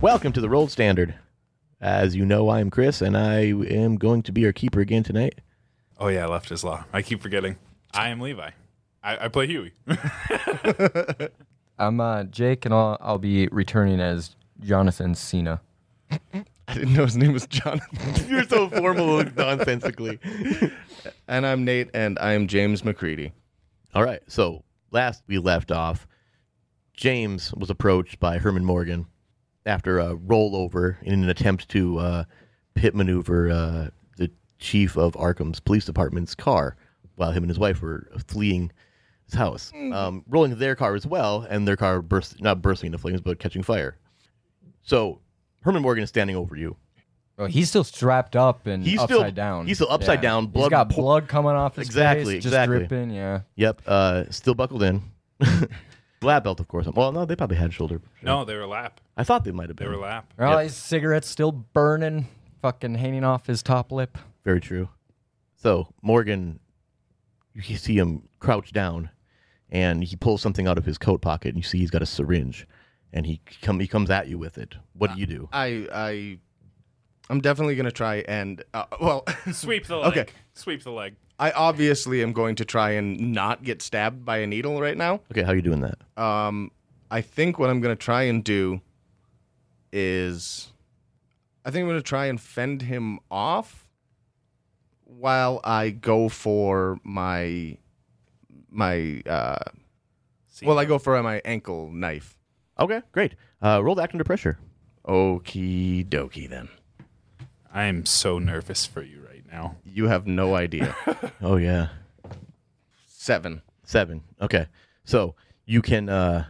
Welcome to the Roll Standard. As you know, I'm Chris, and I am going to be your keeper again tonight. Oh yeah, left is law. I keep forgetting. I am Levi. I, I play Huey. I'm uh, Jake, and I'll, I'll be returning as Jonathan Cena. I didn't know his name was Jonathan. You're so formal nonsensically. and I'm Nate, and I am James McCready. All right. So last we left off, James was approached by Herman Morgan after a rollover in an attempt to uh, pit maneuver uh, the chief of Arkham's police department's car while him and his wife were fleeing his house, um, rolling their car as well, and their car burst not bursting into flames but catching fire. So Herman Morgan is standing over you. Oh, he's still strapped up and He's upside still- down. he's still upside down, blood he's got pour- blood coming off his Exactly, face, exactly. just dripping. Yeah, Yep, uh, still buckled in. Lab belt, of course. Well, no, they probably had shoulder. no, they were lap. I thought they might have They been. were lap. well, his cigarette's still burning, fucking hanging off his top lip. Very true. So Morgan, you see him crouch down, and he pulls something out of his coat pocket, and you see he's got a syringe, and he come he comes at you with it. What do you do? I, I, I'm definitely gonna try and uh, well, Sweep the leg. Okay. Sweep the leg. I obviously am going to try and not get stabbed by a needle right now. Okay, how you doing that? Um, I think what I'm gonna try and do is, I think I'm gonna try and fend him off while I go for my my uh, well, I go for my ankle knife. Okay, great. Uh, roll the act under pressure. Okie dokie then. I am so nervous for you right now. You have no idea. Oh yeah, Seven. seven. Okay, so you can. Uh,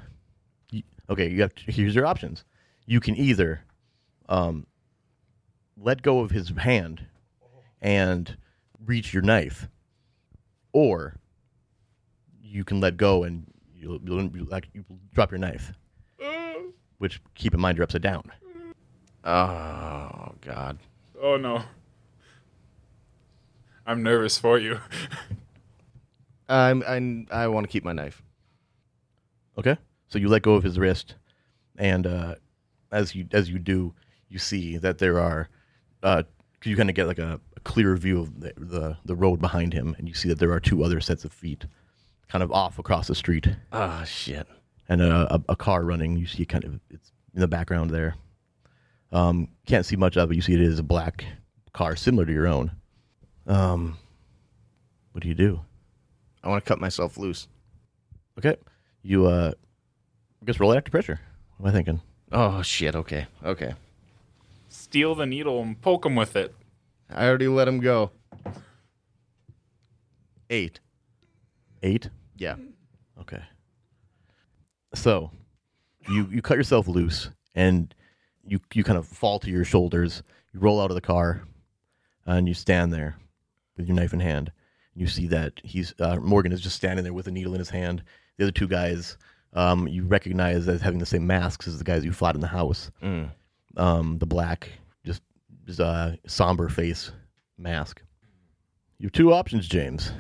y- okay, you have. To, here's your options. You can either, um, let go of his hand, and reach your knife, or you can let go and you'll, you'll, you'll like you drop your knife. Which keep in mind you're upside down. Oh God. Oh no. I'm nervous for you. I'm, I'm I want to keep my knife. Okay. So you let go of his wrist, and uh, as you as you do, you see that there are. Uh, 'cause you kind of get like a, a clearer view of the, the the road behind him, and you see that there are two other sets of feet, kind of off across the street, Ah shit. and a, a, a car running. You see kind of it's in the background there. Um, can't see much of it. You see it is a black car similar to your own. Um, what do you do? I want to cut myself loose. Okay, you uh, I guess roll it after pressure. What am I thinking? Oh shit. Okay. Okay. Steal the needle and poke him with it. I already let him go. Eight. Eight. Yeah. Okay. So, you you cut yourself loose and you you kind of fall to your shoulders. You roll out of the car, and you stand there with your knife in hand. You see that he's uh, Morgan is just standing there with a needle in his hand. The other two guys, um, you recognize as having the same masks as the guys you fought in the house. Um, the black, just, just uh, somber face mask. You have two options, James.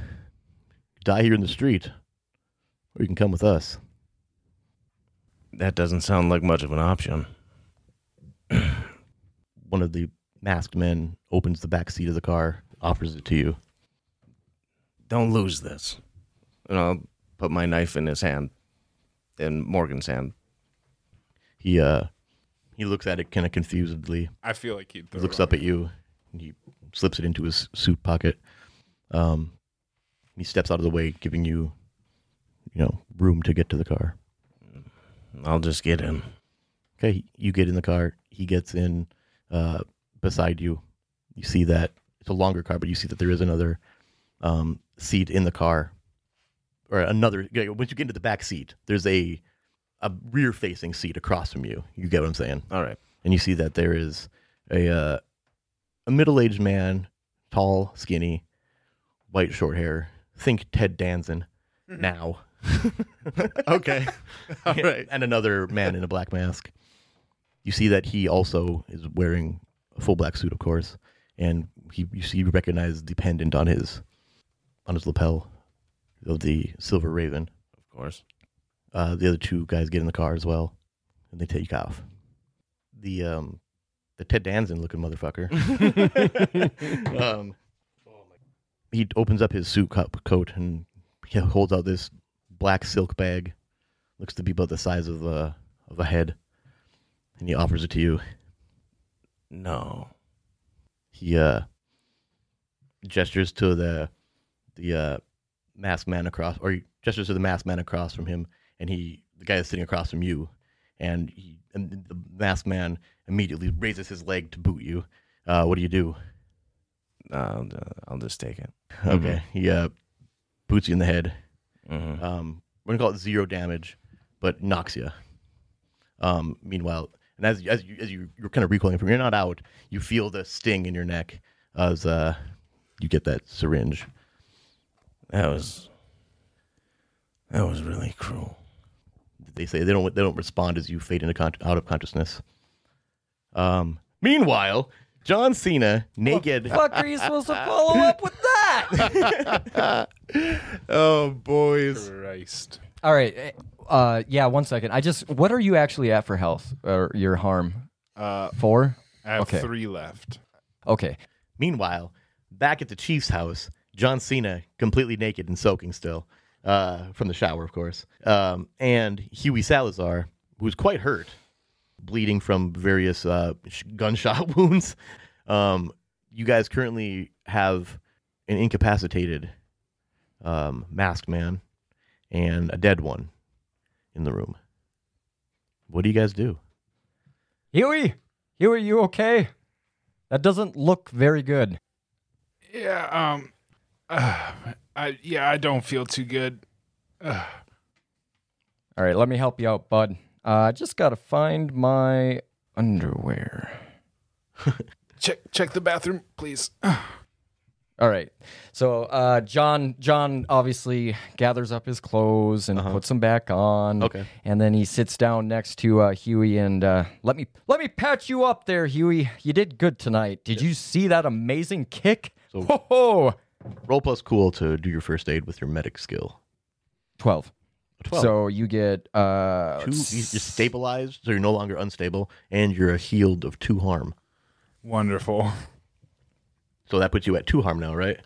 Die here in the street, or you can come with us. That doesn't sound like much of an option. One of the masked men opens the back seat of the car, offers it to you. Don't lose this. And I'll put my knife in his hand, in Morgan's hand. He uh he looks at it kind of confusedly, I feel like he'd throw looks it. up at you, and he slips it into his suit pocket. Um, he steps out of the way, giving you, you know, room to get to the car. I'll just get in. Okay, you get in the car. He gets in uh, beside you. You see that it's a longer car, but you see that there is another um, seat in the car, or another. yeah, Once you get into the back seat, there's a a rear facing seat across from you. You get what I'm saying? All right. And you see that there is a uh, a middle aged man, tall, skinny, white short hair. Think Ted Danson now. Mm-hmm. Okay. All right. and another man in a black mask. You see that he also is wearing a full black suit, of course, and he you see you recognize the pendant on his on his lapel of the silver raven. Of course. Uh, the other two guys get in the car as well, and they take off. the um, the Ted Danson looking motherfucker. um, he opens up his suit co- coat and he holds out this black silk bag. Looks to be about the size of a of a head, and he offers it to you. No. He uh, gestures to the the uh, masked man across, or he gestures to the masked man across from him, and he the guy is sitting across from you, and he and the masked man immediately raises his leg to boot you. Uh, what do you do? I'll, uh, I'll just take it. Okay, he uh, boots you in the head. Mhm. Um, we're gonna call it zero damage, but knocks you. Um, meanwhile, and as as you, as you you're kind of recoiling from, you're not out. You feel the sting in your neck as uh, you get that syringe. That was. That was really cruel. They say they don't they don't respond as you fade into con- out of consciousness. Um, meanwhile, John Cena naked. Fuck, are you supposed to follow up with that? Oh, boys. Christ. All right. Uh, yeah, one second. I just, what are you actually at for health or your harm? Uh, Four? I have Okay. three left. Okay. Meanwhile, back at the Chiefs' house, John Cena, completely naked and soaking still, uh, from the shower, of course, um, and Huey Salazar, who's quite hurt, bleeding from various uh, sh- gunshot wounds. Um, you guys currently have an incapacitated um, masked man and a dead one in the room. What do you guys do? Huey, Huey, you okay? That doesn't look very good. Yeah. Um. Uh, I yeah. I don't feel too good. All right, let me help you out, bud. Uh, I just gotta find my underwear. Check check the bathroom, please. All right. So uh, John John obviously gathers up his clothes and puts them back on. Uh-huh. Okay. And then he sits down next to uh, Huey and uh, let me let me patch you up there, Huey. You did good tonight. Did you see that amazing kick? So- ho ho! Roll plus cool to do your first aid with your medic skill. Twelve. 12. So you get uh, two you- you're stabilized so you're no longer unstable and you're healed of two harm Wonderful. so that puts you at two harm now right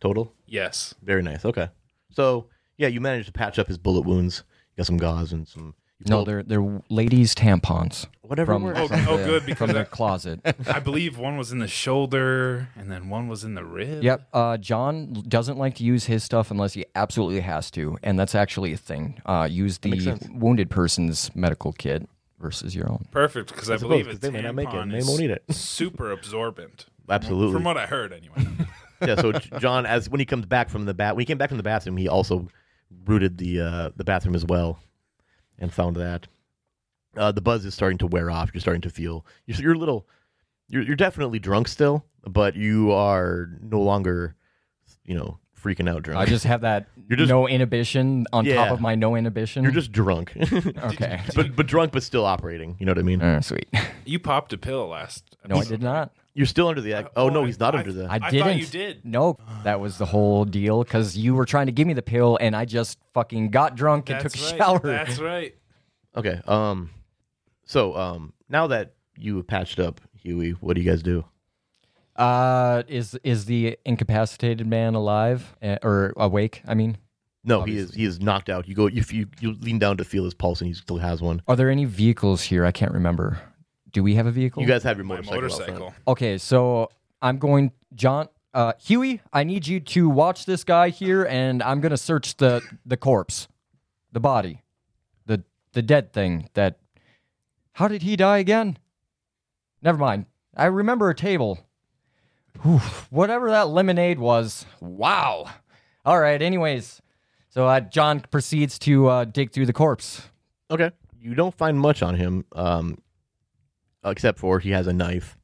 total Yes. very nice okay so yeah you managed to patch up his bullet wounds you got some gauze and some you no, pulled they're they're ladies tampons whatever from, works. Oh, from oh, the, good, from because the I- closet. I believe one was in the shoulder, and then one was in the rib. Yep. Uh, John doesn't like to use his stuff unless he absolutely has to, and that's actually a thing. Uh, use the wounded person's medical kit versus your own. Perfect, because I, suppose, believe 'cause it's they may not make it, and they is won't eat it. super absorbent. Absolutely. From what I heard, anyway. yeah so J- john as when he comes back from the bat when he came back from the bathroom he also rooted the uh the bathroom as well and found that uh the buzz is starting to wear off you're starting to feel you're, you're a little you're, you're definitely drunk still but you are no longer you know freaking out drunk I just have that You're just- no inhibition on top Yeah. of my no inhibition. You're just drunk, okay. but but drunk, but still operating. You know what I mean? Oh, sweet. you popped a pill last. No, I episode. did not. You're still under the. ac- Oh no, he's not I- under the. I thought didn't. you did. No, that was the whole deal because you were trying to give me the pill, and I just fucking got drunk and That's took a right. shower. That's right. okay. Um. So um. Now that you have patched up, Huey, what do you guys do? Uh, is is the incapacitated man alive Uh, or awake? I mean. No, he is he is knocked out. You go if you you lean down to feel his pulse, and he still has one. Are there any vehicles here? I can't remember. Do we have a vehicle? You guys have your Oh, My motorcycle. out front. motorcycle. okay, so I'm going, John, uh, Huey. I need you to watch this guy here, and I'm gonna search the the corpse, the body, the the dead thing. That how did he die again? Never mind. I remember a table. Whew, whatever that lemonade was. Wow. All right. Anyways, so uh, John proceeds to uh, dig through the corpse. Okay. You don't find much on him, um, except for he has a knife,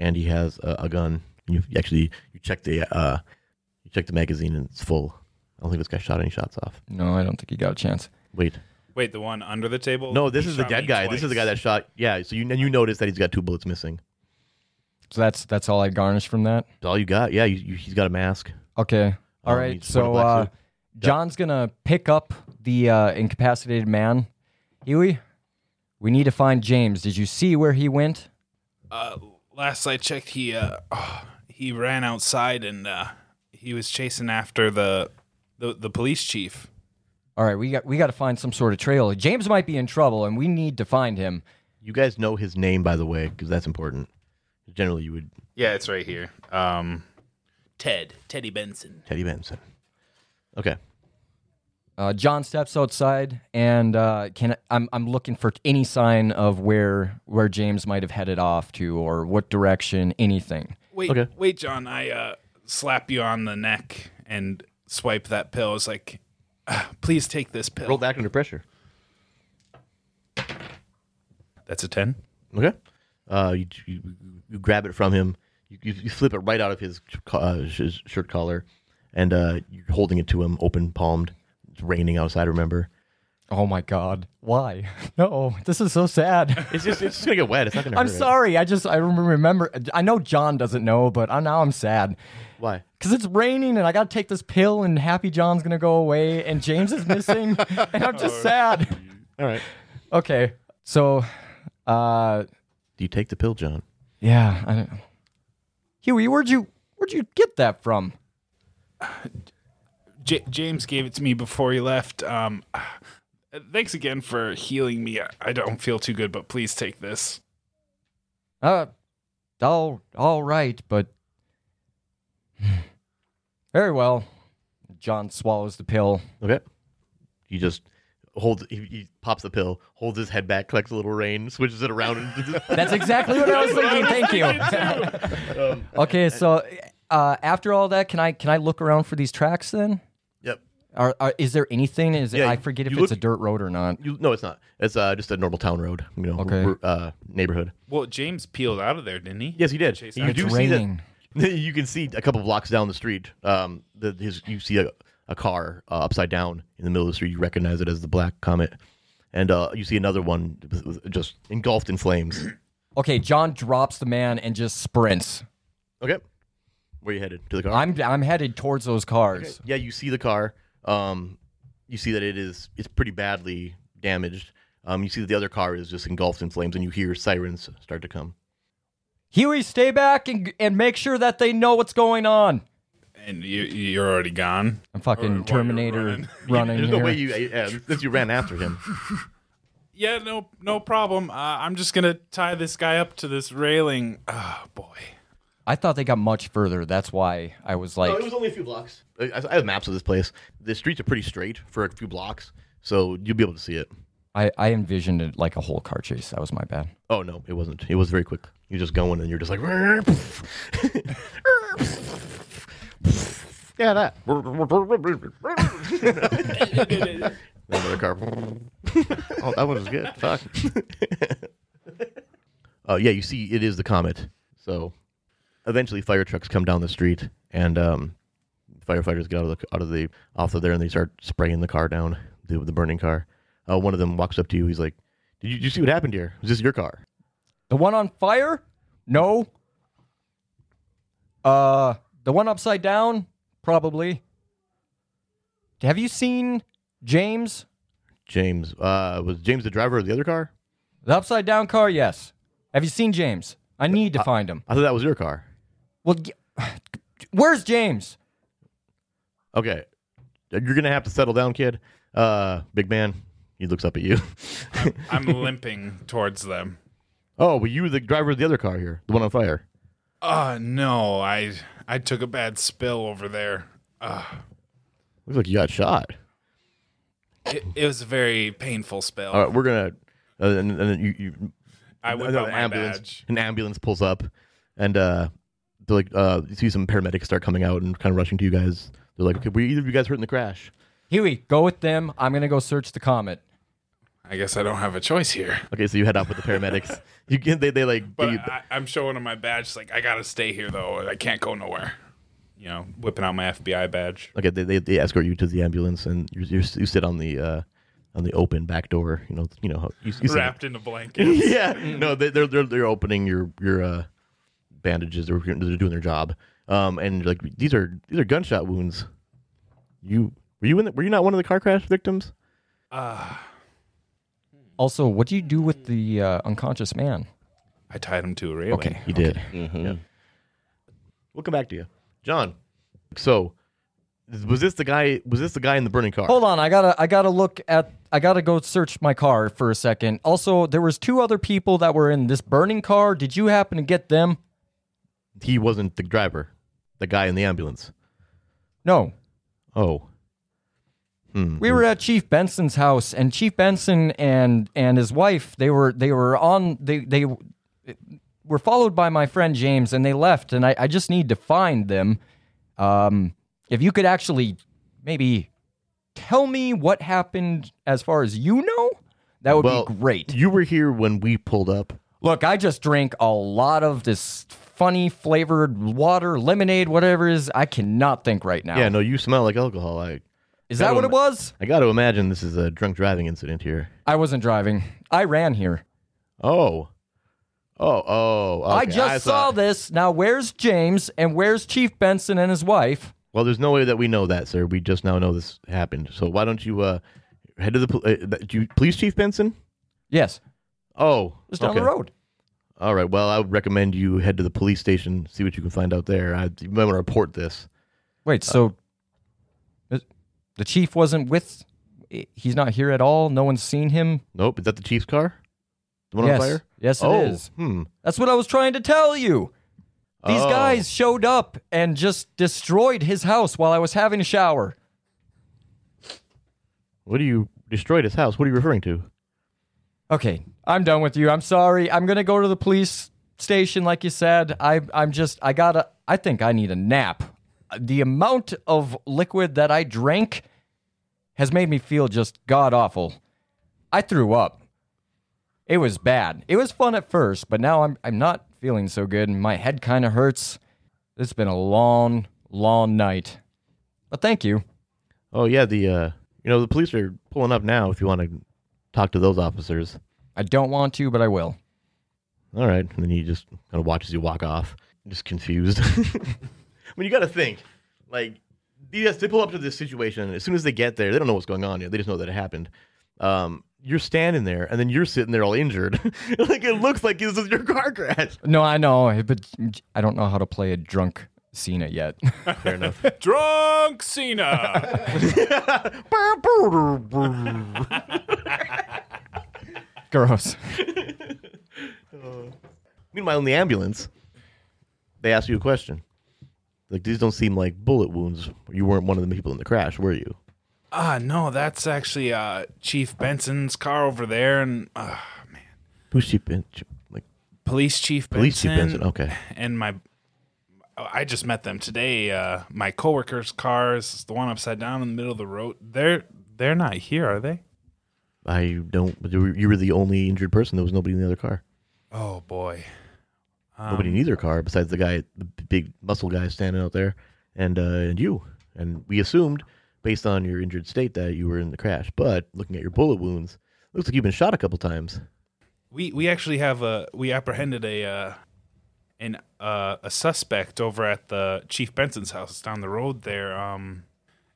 and he has a, a gun. You actually you check the uh, you check the magazine, and it's full. I don't think this guy shot any shots off. No, I don't think he got a chance. Wait. Wait, the one under the table? No, this He is the shot dead me guy. This is the guy twice. that shot. Yeah. So you and you notice that he's got two bullets missing. So that's that's all I garnished from that. That's all you got. Yeah. You, you, he's got a mask. Okay. All Um, right. you just So wanna black uh, John's gonna pick up the uh, incapacitated man. Huey, We need to find James. Did you see where he went? Uh, last I checked, he uh, he ran outside and uh, he was chasing after the the, the police chief. All right, we got we got to find some sort of trail. James might be in trouble, and we need to find him. You guys know his name, by the way, because that's important. Generally, you would Yeah, it's right here. Um, Ted, Teddy Benson. Teddy Benson. Okay. Uh, John steps outside, and uh, can I'm I'm looking for any sign of where where James might have headed off to, or what direction, anything. Wait, Okay. wait, John. I uh, slap you on the neck and swipe that pill. It's like, "Ah, please take this pill. Roll back under pressure. That's a ten. Okay. Uh, you, you, you grab it from him. You, you, you flip it right out of his, co- uh, his shirt collar, and uh, you're holding it to him, open palmed. It's raining outside. Remember, Oh my God! Why? No, this is so sad. it's just it's just gonna get wet. It's not gonna. I'm hurt. sorry. I just I remember. I know John doesn't know, but I, now I'm sad Why? because it's raining and I got to take this pill, and Happy John's gonna go away, and James is missing, and I'm just sad. All right. Okay, so, uh, Do you take the pill, John? yeah, I don't. Huey, where'd you where'd you get that from? J- James gave it to me before he left. Um, ah, thanks again for healing me. I- I don't feel too good, but please take this. Uh, all all right, but very well. John swallows the pill. Okay. You just hold. He, he pops the pill, holds his head back, collects a little rain, switches it around, and That's exactly what I was thinking. Thank you. Um, okay, so uh, after all that, can I can I look around for these tracks then? yep. Are, are, is there anything? Is it, Yeah, I forget if you it's a look- dirt road or not. You, no, it's not. It's uh, just a normal town road. You know, Okay. r- uh, neighborhood. Well, James peeled out of there, didn't he? Yes, he did. Chase You after It's do raining. see that. You can see a couple blocks down the street. Um, the, his you see a, a car uh, upside down in the middle of the street. You recognize it as the Black Comet, and uh, you see another one with- with- just engulfed in flames. Okay, John drops the man and just sprints. okay, where you headed to the car? I'm I'm headed towards those cars. yeah, you see the car. Um, you see that it is it's pretty badly damaged. Um, you see that the other car is just engulfed in flames, and you hear sirens start to come. Huey, stay back and and make sure that they know what's going on. And you, you're already gone. I'm Or while fucking you're Terminator running, running. There's here. no way you yeah, since you ran after him. Yeah, no, no problem. Uh, I'm just gonna tie this guy up to this railing. Oh boy. I thought they got much further. That's why I was like, No, Oh, it was only a few blocks. I, I have maps of this place. The streets are pretty straight for a few blocks, so you'll be able to see it. I, I envisioned it like a whole car chase. That was my bad. Oh no, it wasn't. It was very quick. You're just going, and you're just like, yeah, that. Another car. Oh, that one was good. Fuck. Uh, yeah, you see, it is the comet. So, eventually, fire trucks come down the street, and um, firefighters get out of the out of the off of there, and they start spraying the car down, the, the burning car. Uh, one of them walks up to you. He's like, "Did you, did you see what happened here? Was this your car?" The one on fire? No. Uh, the one upside down? Probably. Have you seen James? James uh, was James the driver of the other car? The upside down car? Yes. Have you seen James? I need to find him. I thought that was your car. Well, g- where's James? Okay, you're gonna have to settle down, kid. Uh, big man. He looks up at you. I'm limping towards them. oh, well, you were the driver of the other car here, the one on fire. Uh no, I I took a bad spill over there. Uh, Looks like you got shot. it, it was a very painful spill. All right, we're gonna. Uh, and, and then you, you I whip another out my ambulance, badge. An ambulance pulls up, and uh, they're like, uh, you see some paramedics start coming out and kind of rushing to you guys. They're like, okay, were either of you guys hurt in the crash? Huey, go with them. I'm going to go search the comet. I guess I don't have a choice here. Okay, so you head out with the paramedics. you get they they like give But you- I, I'm showing him my badge. It's like I gotta stay here though. I can't go nowhere. You know, whipping out my FBI badge. Okay, they, they, they escort you to the ambulance, and you you you sit on the uh, on the open back door. You know, you know, how- you, you sit- Wrapped in a blanket. yeah, no, they, they're they're they're opening your your uh, bandages. They're they're doing their job. Um, and like these are these are gunshot wounds. You were you in the, were you not one of the car crash victims? Uh, Also, what do you do with the uh, unconscious man? I tied him to a railing. Okay. You did. Yeah. We'll come back to you, Mm-hmm. John. So, th- was this the guy? Was this the guy in the burning car? Hold on, I gotta I gotta look at I gotta go search my car for a second. Also, there was two other people that were in this burning car. Did you happen to get them? He wasn't the driver. The guy in the ambulance. No. Oh, We were at Chief Benson's house and Chief Benson and and his wife, they were they were on they they were followed by my friend James and they left and I, I just need to find them. Um if you could actually maybe tell me what happened as far as you know, that would Well, be great. you were here when we pulled up. Look, I just drank a lot of this funny flavored water, lemonade, whatever it is. I cannot think right now. Yeah, no, you smell like alcohol. I, is that what it was? I got to imagine this is a drunk driving incident here. I wasn't driving. I ran here. Oh, oh, oh! I okay, just saw thought- this. Now, where's James and where's Chief Benson and his wife? Well, there's no way that we know that, sir. We just now know this happened. So why don't you uh, head to the pol- uh, that- you, police chief Benson? Yes, Oh, it's down okay. the road. All right. Well, I would recommend you head to the police station, see what you can find out there. I, you might want to report this. Wait, so uh, the chief wasn't with. He's not here at all. No one's seen him. Nope. Is that the chief's car? The one yes, on fire? yes, it is. oh, Hmm. That's what I was trying to tell you. These Oh. guys showed up and just destroyed his house while I was having a shower. What do you destroyed his house? What are you referring to? Okay, I'm done with you. I'm sorry. I'm gonna go to the police station, like you said. I, I'm just, I gotta. I think I need a nap. The amount of liquid that I drank has made me feel just god awful. I threw up. It was bad. It was fun at first, but now I'm, I'm not feeling so good. and My head kind of hurts. It's been a long, long night. But thank you. Oh yeah, the uh, you know the police are pulling up now. If you want to talk to those officers, I don't want to, but I will. all right. And then you just kind of watch as you walk off, just confused. when you got to think, like yes, they pull up to this situation. As soon as they get there, they don't know what's going on yet. They just know that it happened. Um, you're standing there, and then you're sitting there all injured. like it looks like this is your car crash. No, I know, but I don't know how to play a drunk Cena yet. Fair enough. Drunk Cena. Gross. Meanwhile, in the ambulance, they ask you a question. Like these don't seem like bullet wounds. You weren't one of the people in the crash, were you? Ah, no, that's actually uh, Chief Benson's car over there, and uh, man, Who's she been? Like Police Chief Benson. Police Chief Benson, okay. And my, I just met them today. Uh, my coworker's car is the one upside down in the middle of the road. They're they're not here, are they? I don't. but You were- you were the only injured person. There was nobody in the other car. Oh boy. nobody in either car besides the guy, the big muscle guy standing out there, and uh, and you. And we assumed, based on your injured state, that you were in the crash. But looking at your bullet wounds, looks like you've been shot a couple times. We we actually have a we apprehended a uh, an uh, a suspect over at the Chief Benson's house It's down the road there. Um,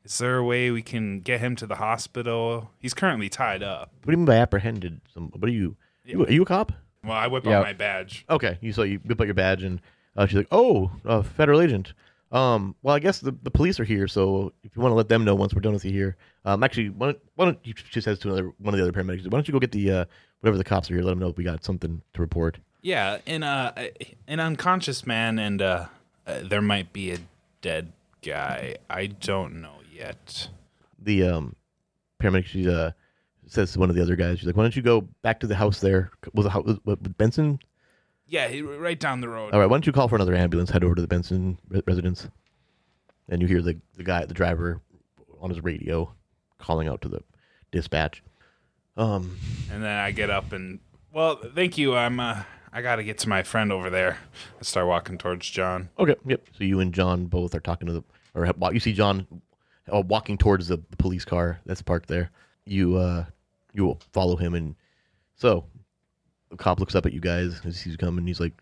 is there a way we can get him to the hospital? He's currently tied up. What do you mean by apprehended? Some, what are you? you- Are you a cop? Well, I whip Yeah. out my badge. Okay, you so you whip out your badge and uh, she's like, "Oh, uh, federal agent." Um, well, I guess the, the police are here, so if you want to let them know once we're done with you here, um, actually, why don't, why don't you, she says to another one of the other paramedics, "Why don't you go get the uh, whatever the cops are here? Let them know we got something to report." Yeah, and uh, an unconscious man, and uh, uh, there might be a dead guy. I don't know yet. The um, paramedic she uh, says to one of the other guys, "She's like, why don't you go back to the house there? Was the house was, was Benson? Yeah, he- right down the road. All right, why don't you call for another ambulance? Head over to the Benson re- residence." And you hear the the guy, the driver, on his radio, calling out to the dispatch. Um, And then I get up and well, thank you. I'm uh, I gotta get to my friend over there. I start walking towards John. Okay. Yep. So you and John both are talking to the, or have- you see John uh, walking towards the, the police car that's parked there. You uh, you will follow him, and so the cop looks up at you guys as he's coming. He's like,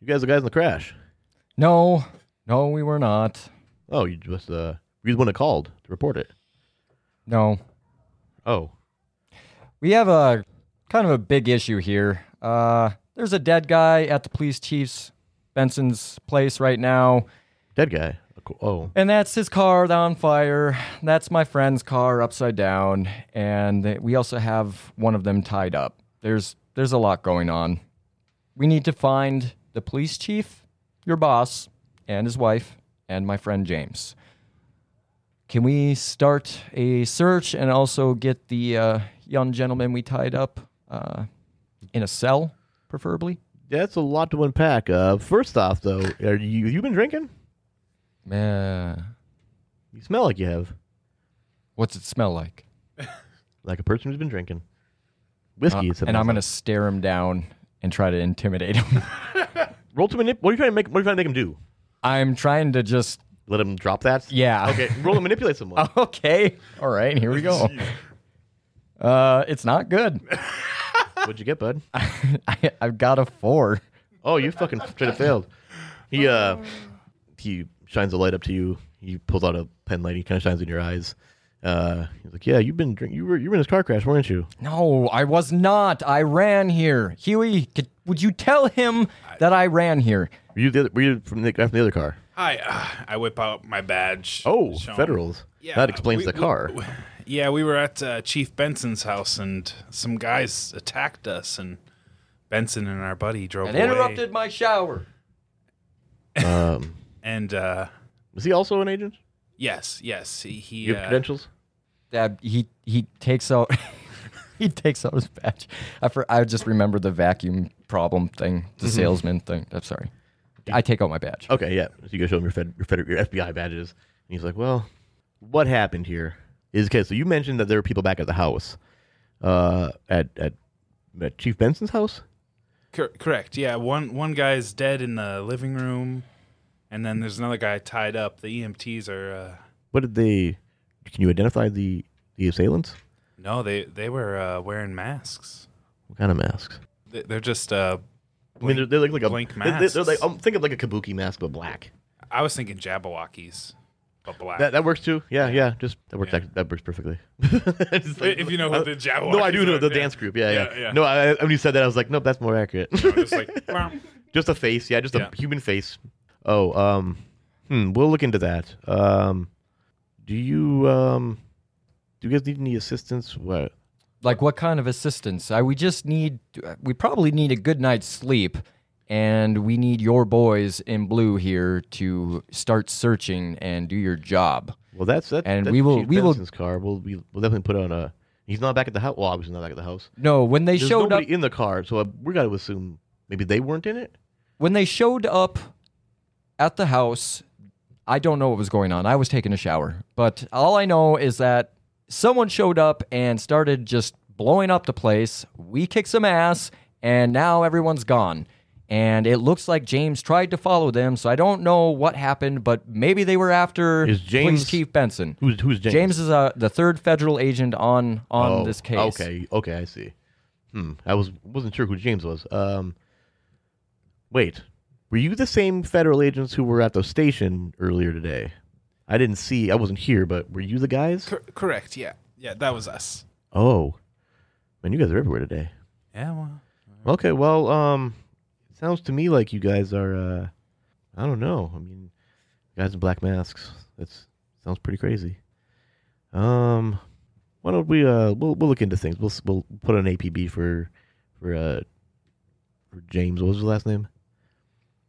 "You guys, are the guys in the crash. No, no, we were not. Oh, you just uh, you're the one that called to report it. No. Oh, We have a kind of a big issue here. Uh, there's a dead guy at the police chief's Benson's place right now, Dead guy. Oh, and that's his car on fire. That's my friend's car upside down, and they- we also have one of them tied up. There's there's a lot going on. We need to find the police chief, your boss, and his wife, and my friend James. Can we start a search and also get the uh, young gentleman we tied up uh, in a cell, preferably? that's a lot to unpack. Uh, first off, though, are you you been drinking? Uh, You smell like you have, what's it smell like? like a person who's been drinking whiskey. it Uh, and smells I'm like. gonna stare him down and try to intimidate him. roll to manip. What are you trying to make? What are you trying to make him do? I'm trying to just Let him drop that. yeah. Okay. Roll to manipulate someone. okay. All right. Here we go. Uh, it's not good. What'd you get, bud? I, I've got a four. Oh, you fucking straight up failed. He uh, he shines a light up to you. He pulls out a pen light. He kind of shines in your eyes. Uh, he's like, yeah, you've been drink. You were you were in this car crash, weren't you? No, I was not. I ran here. Huey, could, would you tell him that I ran here? Were you the other, were you from the guy from the other car? I uh, I whip out my badge. Oh, Show 'em. federals. Yeah, that explains the we- we- car. we- yeah, we were at uh, Chief Benson's house, and some guys attacked us, and Benson and our buddy drove And away. interrupted my shower. um, And uh, was he also an agent? yes, yes, he. he You have uh, credentials. Dad, he he takes out he takes out his badge. I for, I just remember the vacuum problem thing, the salesman thing. I'm sorry. I take out my badge. Okay, yeah. So you go show him your fed, your, fed, your FBI badges, and he's like, "Well, what happened here is okay." So you mentioned that there were people back at the house, uh, at at, at Chief Benson's house. Cor- correct. Yeah, one one guy's dead in the living room, and then there's another guy tied up. The EMTs are. Uh, What did they? Can you identify the the assailants? no, they they were uh, wearing masks. What kind of masks? They- They're just. Uh, I mean, they're, they're like, like a Blank they're- They're, they're like masks. um, think of like a kabuki mask but black. I was thinking Jabberwockies, but black. That that works too. Yeah, yeah. Just that works. act- That works perfectly. Just like- if you know who I- the Jabberwockies. No, I do know are, the yeah. dance group. Yeah, yeah. Yeah, yeah. No, I, I- when you said that, I was like, nope, that's more accurate. Just like. "Wow." Just a face, yeah, just a Yeah. human face. Oh, um, hmm, we'll look into that. Um, do you um, do you guys need any assistance? What? Like what kind of assistance? I, we just need we probably need a good night's sleep and we need your boys in blue here to start searching and do your job. Well, that's that. And that's we will- Chief we will- Benson's car. We'll we, we'll definitely put on a. He's not back at the house. Well, obviously not back at the house. No, when they There's showed up nobody in the car, so uh, we got to assume maybe they weren't in it. when they showed up at the house, I don't know what was going on. I was taking a shower, but all I know is that someone showed up and started just blowing up the place. We kicked some ass, and now everyone's gone. And it looks like James tried to follow them, so I don't know what happened, but maybe they were after Is James- Police Chief Benson. Who's who's James? James, is uh, the third federal agent on on oh, this case. Okay, okay, I see. Hmm, I was wasn't sure who James was. Um, wait, were you the same federal agents who were at the station earlier today? I didn't see. I wasn't here, but were you the guys? Cor- correct. Yeah. Yeah, that was us. Oh, man, you guys are everywhere today. Yeah. Well. Okay, well, um, it sounds to me like you guys are. uh I don't know. I mean, guys in black masks. That's sounds pretty crazy. Um, why don't we? Uh, we'll we'll look into things. We'll s- we'll put an APB for for uh for James. What was his last name?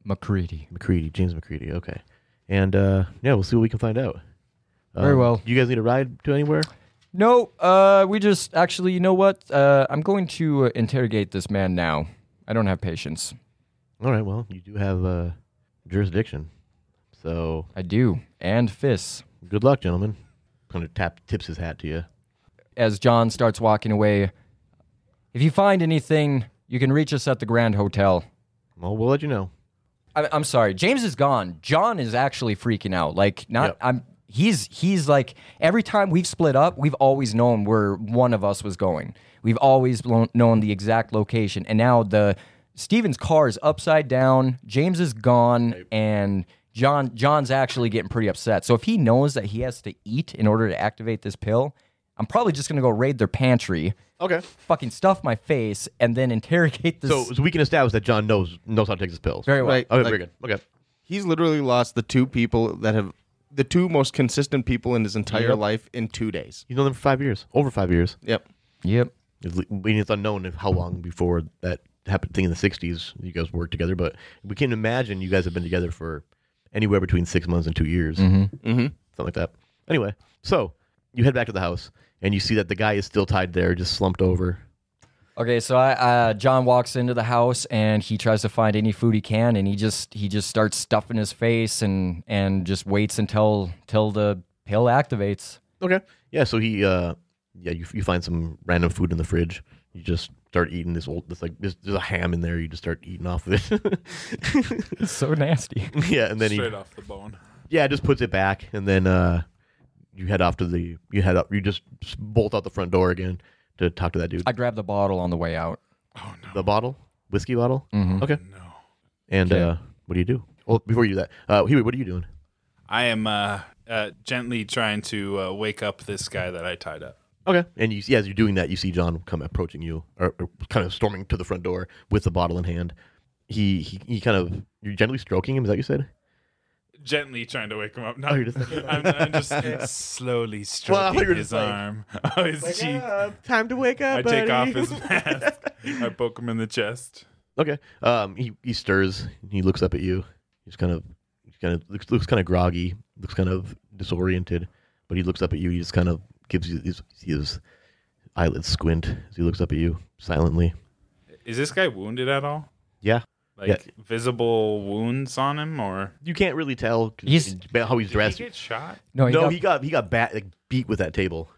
McCready. McCready. James McCready. Okay, and uh yeah, we'll see what we can find out. Very Um, well. You guys need a ride to anywhere? No, uh, we just actually, you know what? Uh, I'm going to uh, interrogate this man now. I don't have patience. All right. Well, you do have uh jurisdiction, so I do, and fists. good luck, gentlemen. Kind of tap tips his hat to you. As John starts walking away, if you find anything, you can reach us at the Grand Hotel. Well, we'll let you know. I, I'm sorry, James is gone. John is actually freaking out. Like, not Yep. I'm. He's he's like every time we've split up, we've always known where one of us was going. We've always lo- known the exact location, and now the Steven's car is upside down. James is gone, and John John's actually getting pretty upset. So if he knows that he has to eat in order to activate this pill, I I'm probably just gonna go raid their pantry, Okay. fucking stuff my face, and then interrogate this. So, so we can establish that John knows knows how to take his pills. very well. Right. Okay, Like- very good. Okay. He's literally lost the two people that have the two most consistent people in his entire Yep. life in two days. He's known them for five years, over five years. Yep. Yep. It's le- we- It's unknown if how long before that happened thing in the '60s you guys worked together, but we can imagine you guys have been together for anywhere between six months and two years, Mm-hmm. something like that. Anyway, so you head back to the house and you see that the guy is still tied there, just slumped over. Okay, so I, uh, John walks into the house and he tries to find any food he can, and he just he just starts stuffing his face and and just waits until till the pill activates. Okay. Yeah. So he, uh, yeah, you, you find some random food in the fridge. You just start eating this old, this like, there's, there's a ham in there. You just start eating off of it. It's so nasty. yeah, and then he, Straight off the bone. yeah, just puts it back, and then uh, you head off to the, you head up, you just bolt out the front door again to talk to that dude. I grabbed the bottle on the way out. Oh no, the bottle, whiskey bottle. Okay. Mm-hmm. no. And Okay. uh, what do you do? Well, before you do that, uh, Huey, what are you doing? I am uh, uh, gently trying to uh, wake up this guy that I tied up. Okay. And you see, as you're doing that, you see John come approaching you, or, or kind of storming to the front door with the bottle in hand. He he, he kind of you're gently stroking him. Is that what you said? Gently trying to wake him up. No, Oh, you're just- I'm, I'm just slowly stroking you were his just like, "Ah, arm, oh, his cheek. time to wake up. I take off his mask. I poke him in the chest. Okay. Um. He he stirs. He looks up at you. He's kind of he's kind of looks, looks kind of groggy. Looks kind of disoriented. But he looks up at you. He just kind of gives you his, his eyelids squint as he looks up at you silently. Is this guy wounded at all? Yeah. Like Yeah. visible wounds on him, or You can't really tell 'cause He's- about how he's did dressed. he get shot? No, he no, got, he got he got bat like beat with that table.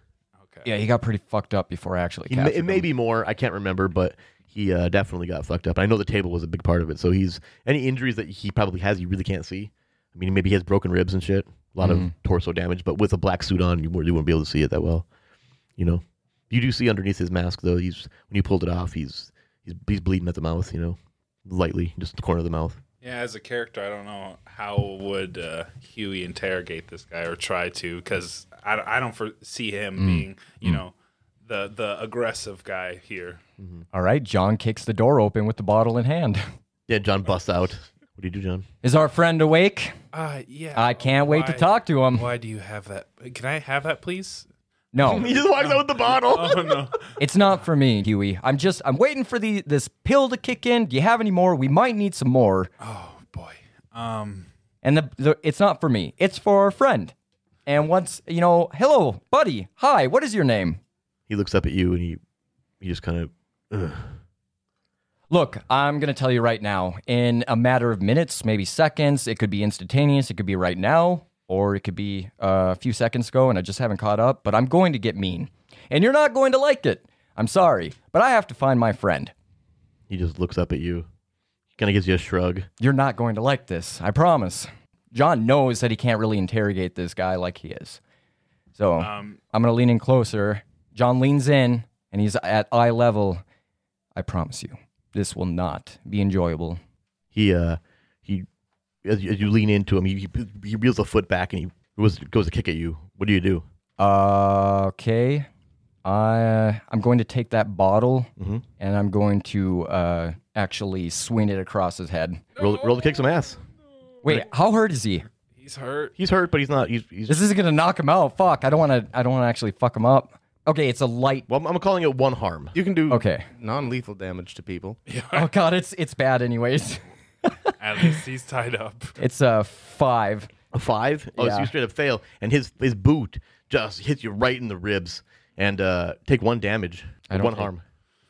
Okay. yeah, he got pretty fucked up before I actually. He may, captured it may him. be more. I can't remember, but he uh, definitely got fucked up. I know the table was a big part of it. So he's any injuries that he probably has, you really can't see. I mean, maybe he has broken ribs and shit, a lot of torso damage. But with a black suit on, you really wouldn't be able to see it that well. You know, you do see underneath his mask though. He's when you pulled it off, he's he's he's bleeding at the mouth. You know, lightly, just the corner of the mouth. Yeah, as a character, I don't know how would uh, Huey interrogate this guy or try to, because I, I don't foresee him Mm. being, you know, the the aggressive guy here. All right, John kicks the door open with the bottle in hand. Yeah, John busts out. What do you do, John? Is our friend awake? Uh, yeah. I can't wait to Why- talk to him. Why do you have that? Can I have that, please? No, He just walks out with the bottle. Oh no. It's not for me, Huey. I'm just I'm waiting for the this pill to kick in. Do you have any more? We might need some more. oh boy. Um. And the, the it's not for me. It's for our friend. And once you know, hello, buddy. Hi. What is your name? he looks up at you and he he just kind of Look, I'm gonna tell you right now. In a matter of minutes, maybe seconds. It could be instantaneous. It could be right now, or it could be uh, a few seconds ago, and I just haven't caught up. But I'm going to get mean, and you're not going to like it. I'm sorry, but I have to find my friend. he just looks up at you. Kind of gives you a shrug. You're not going to like this, I promise. John knows that he can't really interrogate this guy like he is. So Um. I'm going to lean in closer. John leans in and he's at eye level. I promise you, this will not be enjoyable. He uh he as you, as you lean into him, he he, he reels a foot back and he was, goes to kick at you. What do you do? Uh, okay. I, I'm going to take that bottle and I'm going to uh, actually swing it across his head. Roll, roll to kick some ass. Wait, how hurt is he? He's hurt. He's hurt, but he's not. He's, he's This isn't going to knock him out. Fuck, I don't want to. I don't want to actually fuck him up. Okay, it's a light. well. I'm, I'm calling it one harm. You can do Okay. non-lethal damage to people. Oh god, it's it's bad anyways. At least he's tied up. It's a five. A five. Oh, so Yeah. you straight up fail, and his his boot just hits you right in the ribs, and uh take one damage, I don't one take- harm.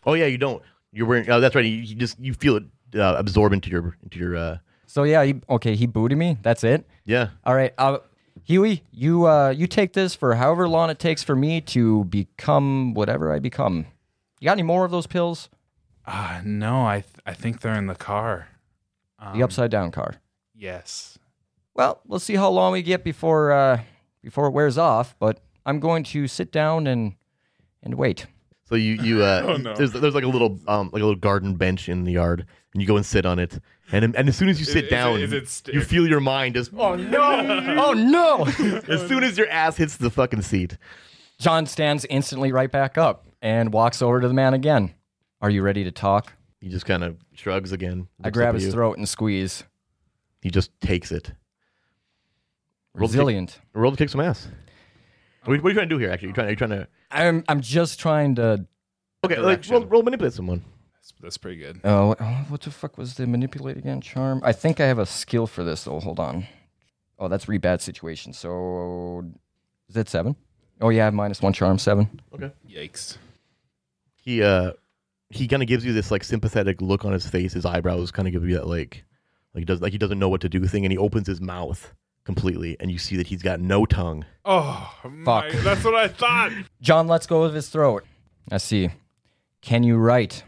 Oh yeah, you don't. You're wearing. Oh, that's right. You, you just you feel it uh, absorb into your into your. uh So yeah, he, okay, he booted me. That's it. Yeah. All right, uh, Huey, you uh, you take this for however long it takes for me to become whatever I become. You got any more of those pills? Ah, no. I th- I think they're in the car. Um, The upside down car. Yes. Well, let's see how long we get before uh, before it wears off. But I'm going to sit down and and wait. So you you uh, Oh, no. there's there's like a little um like a little garden bench in the yard, and you go and sit on it, and and as soon as you sit is it- down, is it stiff? you feel your mind just Oh no! oh no! as soon as your ass hits the fucking seat, John stands instantly right back up and walks over to the man again. Are you ready to talk? He just kind of shrugs again. I looks grab up at his you. throat and squeeze. He just takes it. Roll the kick- Resilient. Roll to kick some ass. What are you, what are you trying to do here? Actually, you trying? Are you trying to? I'm I'm just trying to. Okay, like, roll, Direction. roll manipulate someone. That's, that's pretty good. Oh, what, oh, what the fuck was the manipulate again? Charm. I think I have a skill for this though. Hold on. Oh, that's re bad situation. So is that seven? Oh yeah, I have minus one charm seven. Yikes. He uh, he kind of gives you this like sympathetic look on his face. His eyebrows kind of give you that like, like he does like he doesn't know what to do thing, and he opens his mouth completely, and you see that he's got no tongue. Oh, my, Fuck. that's what I thought. John lets go of his throat. I see. Can you write?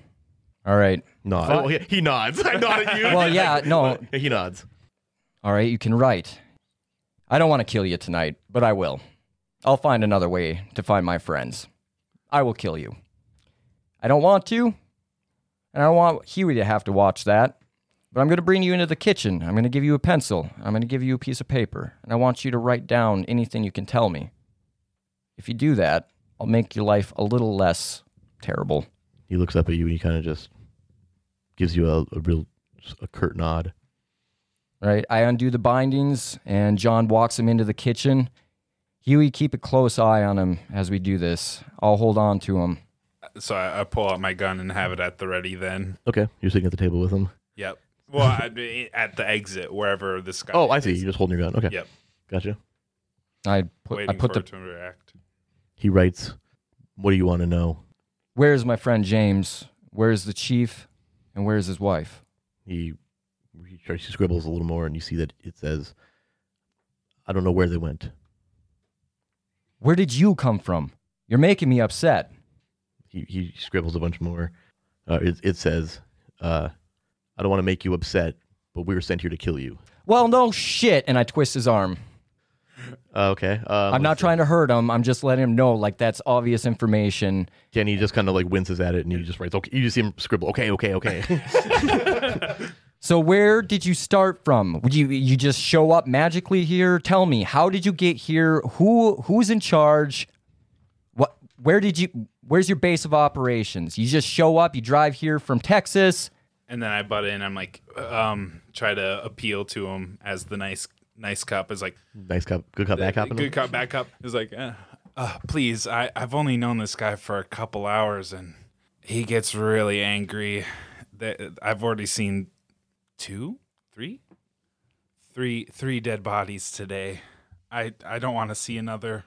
All right. No, well, he, he nods. I nod at you. Well, yeah, no. he nods. All right, you can write. I don't want to kill you tonight, but I will. I'll find another way to find my friends. I will kill you. I don't want to, and I don't want Huey to have to watch that, but I'm going to bring you into the kitchen. I'm going to give you a pencil. I'm going to give you a piece of paper, and I want you to write down anything you can tell me. If you do that, I'll make your life a little less terrible. He looks up at you, and he kind of just gives you a, a real a curt nod. All right? I undo the bindings, and John walks him into the kitchen. Huey, keep a close eye on him as we do this. I'll hold on to him. So I, I pull out my gun and have it at the ready then. Okay, you're sitting at the table with him. Yep. Well, I, at the exit, wherever this guy Oh, I see. is. You're just holding your gun. Okay, Yep. gotcha. I put, I Waiting put for the. it to react. He writes, "What do you want to know?" Where's my friend James? Where's the chief? And where's his wife? he he tries to scribbles a little more, and you see that it says, "I don't know where they went." Where did you come from? You're making me upset. He he scribbles a bunch more. Uh, it it says, uh, "I don't want to make you upset, but we were sent here to kill you." Well, no shit. And I twist his arm. Uh, okay, um, I'm not trying to hurt him. I'm just letting him know, like, that's obvious information. Can he just kind of like winces at it, and he just writes, "Okay." You just see him scribble, "Okay, okay, okay." So where did you start from? Would you you just show up magically here? Tell me, how did you get here? Who who's in charge? What where did you where's your base of operations? You just show up, you drive here from Texas. And then I butt in. I'm like, um, try to appeal to him as the nice, nice cop is like, nice cup, good cup, bad cup. good cop, bad cop. Is like, uh, uh, please, I, I've only known this guy for a couple hours, and he gets really angry. That I've already seen two, three, three, three dead bodies today. I, I don't want to see another.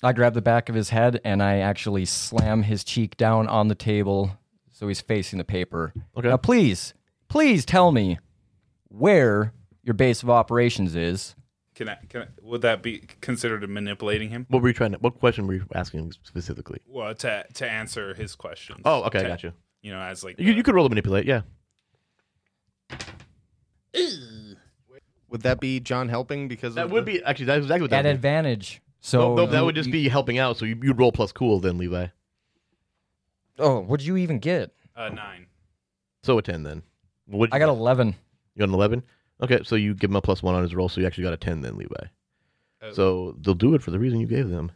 I grab the back of his head and I actually slam his cheek down on the table so he's facing the paper. Okay. Now please, please tell me where your base of operations is. Can I, can I, would that be considered manipulating him? What were you trying to? What question were you asking specifically? Well, to to answer his questions. Oh, okay, I To- got you. You know, as like, You, the- you could roll to manipulate, yeah. Would that be John helping because That of would the- be actually that's exactly what that At would be. advantage. So Nope, nope, that would just be helping out. So you, you'd roll plus cool then, Levi. Oh, what'd you even get? uh, nine. So a ten then. What I got eleven. You got an 11? Okay, so you give him a plus one on his roll, so you actually got a 10 then, Levi. Oh. So they'll do it for the reason you gave them.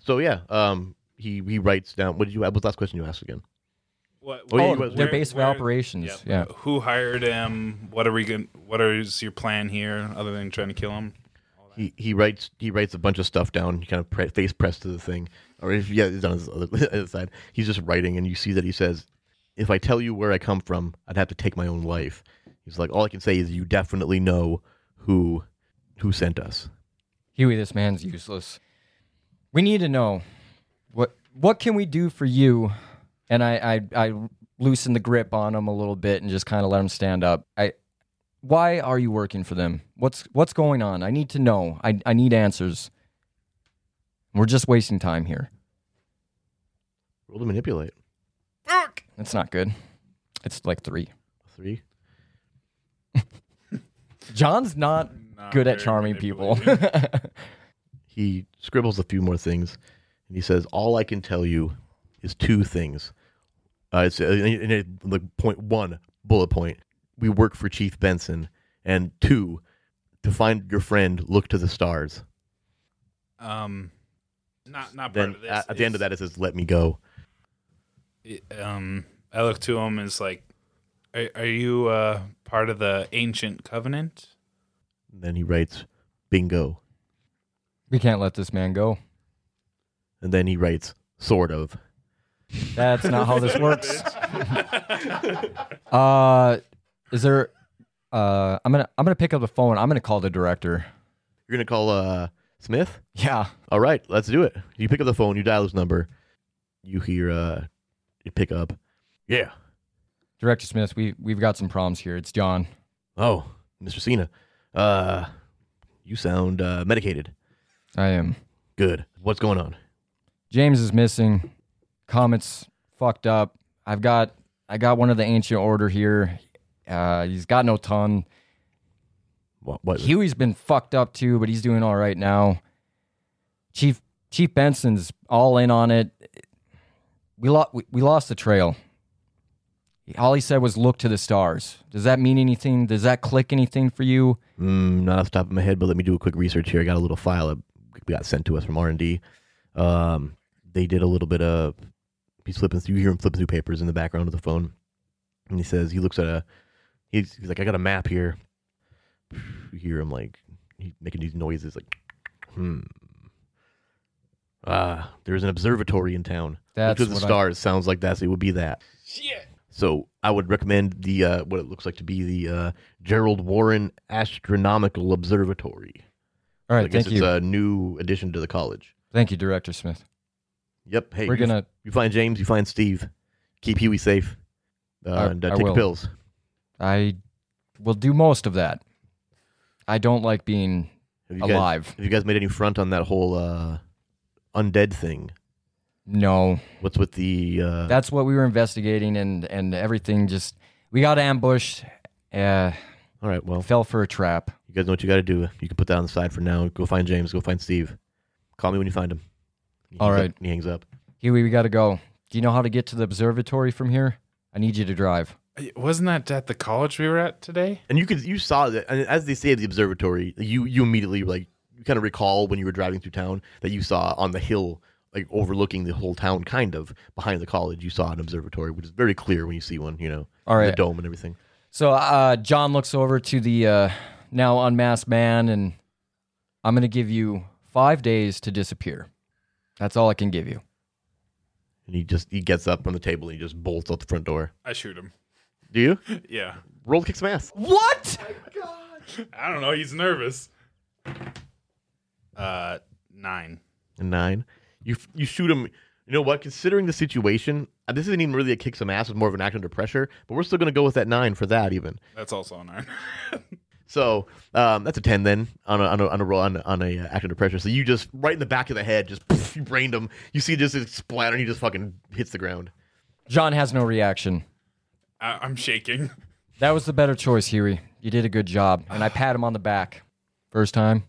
So yeah, um, he he writes down. What did you? What was the last question you asked again? What, Oh, yeah, Oh, you guys- their where- base of operations. Yeah. Who hired him? What are we going? What is your plan here, other than trying to kill him? He he writes he writes a bunch of stuff down. He kind of pre- face pressed to the thing, or if yeah, he's on his other, other side. He's just writing, and you see that he says, "If I tell you where I come from, I'd have to take my own life." He's like, "All I can say is you definitely know who who sent us." Huey, this man's useless. We need to know what what can we do for you? And I I, I loosen the grip on him a little bit and just kind of let him stand up. I why are you working for them? What's what's going on? I need to know. I I need answers. We're just wasting time here. Roll to manipulate. That's not good. It's like three. Three. John's not Not good at very charming people. manipulative. he scribbles a few more things and he says all i can tell you is two things uh, it's uh, in, in a, like point one bullet point we work for chief benson and two to find your friend look to the stars um, Not not part Then of this. at, at the end of It's- that, it says, "Let me go." it- um, I look to him as like, are, are you uh, part of the ancient covenant? And then he writes, "Bingo," We can't let this man go. and then he writes, "Sort of." That's not how this works. uh, is there? Uh, I'm gonna I'm gonna pick up the phone. I'm gonna call the director. You're gonna call uh, Smith. Yeah. All right, let's do it. You pick up the phone. You dial his number. You hear uh, you pick up. Yeah. Director Smith, we we've got some problems here. It's John. Oh, Mr. Cena. Uh, you sound uh, medicated. I am. Good. What's going on? James is missing. Comet's fucked up. I've got I got one of the ancient order here. Uh, he's got no ton. What? what Huey's been fucked up too, but he's doing all right now. Chief Chief Benson's all in on it. We lost we, we lost the trail. All he said was look to the stars. Does that mean anything? Does that click anything for you? Mm, not off the top of my head, but let me do a quick research here. I got a little file that got sent to us from R and D. Um, they did a little bit of he's flipping through. You hear him flipping through papers in the background of the phone, and he says he looks at a he's, he's like I got a map here. You hear him like he making these noises like hmm. Ah, there's an observatory in town. That's Look to the what I- stars. Sounds like that's it. Would be that. So I would recommend the uh, what it looks like to be the uh, Gerald Warren Astronomical Observatory. All I right, guess thank it's uh, you. a new addition to the college. thank you, Director Smith. Yep. Hey, We're you, gonna you find James, you find Steve, keep Huey safe, uh, I- and uh, I take will. your pills. I will do most of that. I don't like being Have you Guys, alive. have you guys made any front on that whole uh, undead thing? No. What's with the? Uh, That's what we were investigating and and everything just we got ambushed. Uh all right. Well, fell for a trap. you guys know what you got to do. You can put that on the side for now. Go find James. Go find Steve. Call me when you find him. He All hangs right. Up, he hangs up. Huey, we gotta go. Do you know how to get to the observatory from here? I need you to drive. Uh, Wasn't that at the college we were at today? And you could you saw that and as they say the observatory, you you immediately like you kind of recall when you were driving through town that you saw on the hill like overlooking the whole town kind of behind the college you saw an observatory which is very clear when you see one you know All with right. the dome and everything So uh, John looks over to the uh, now unmasked man, and I'm gonna give you five days to disappear. That's all I can give you. and he just he gets up from the table and he just bolts out the front door I shoot him. do you Yeah. roll to kick some ass What? I don't know. He's nervous. Uh, nine. and nine you you shoot him you know what considering the situation uh, this isn't even really a kick some ass it's more of an act under pressure but we're still going to go with that nine for that even That's also a nine. So um, that's a ten then on a on a on a roll on, on a uh, act under pressure. So you just right in the back of the head, just poof, you brained him. You see just a splatter, and he just fucking hits the ground. John has no reaction. I- I'm shaking. That was the better choice, Huey. You did a good job, and I pat him on the back. First time.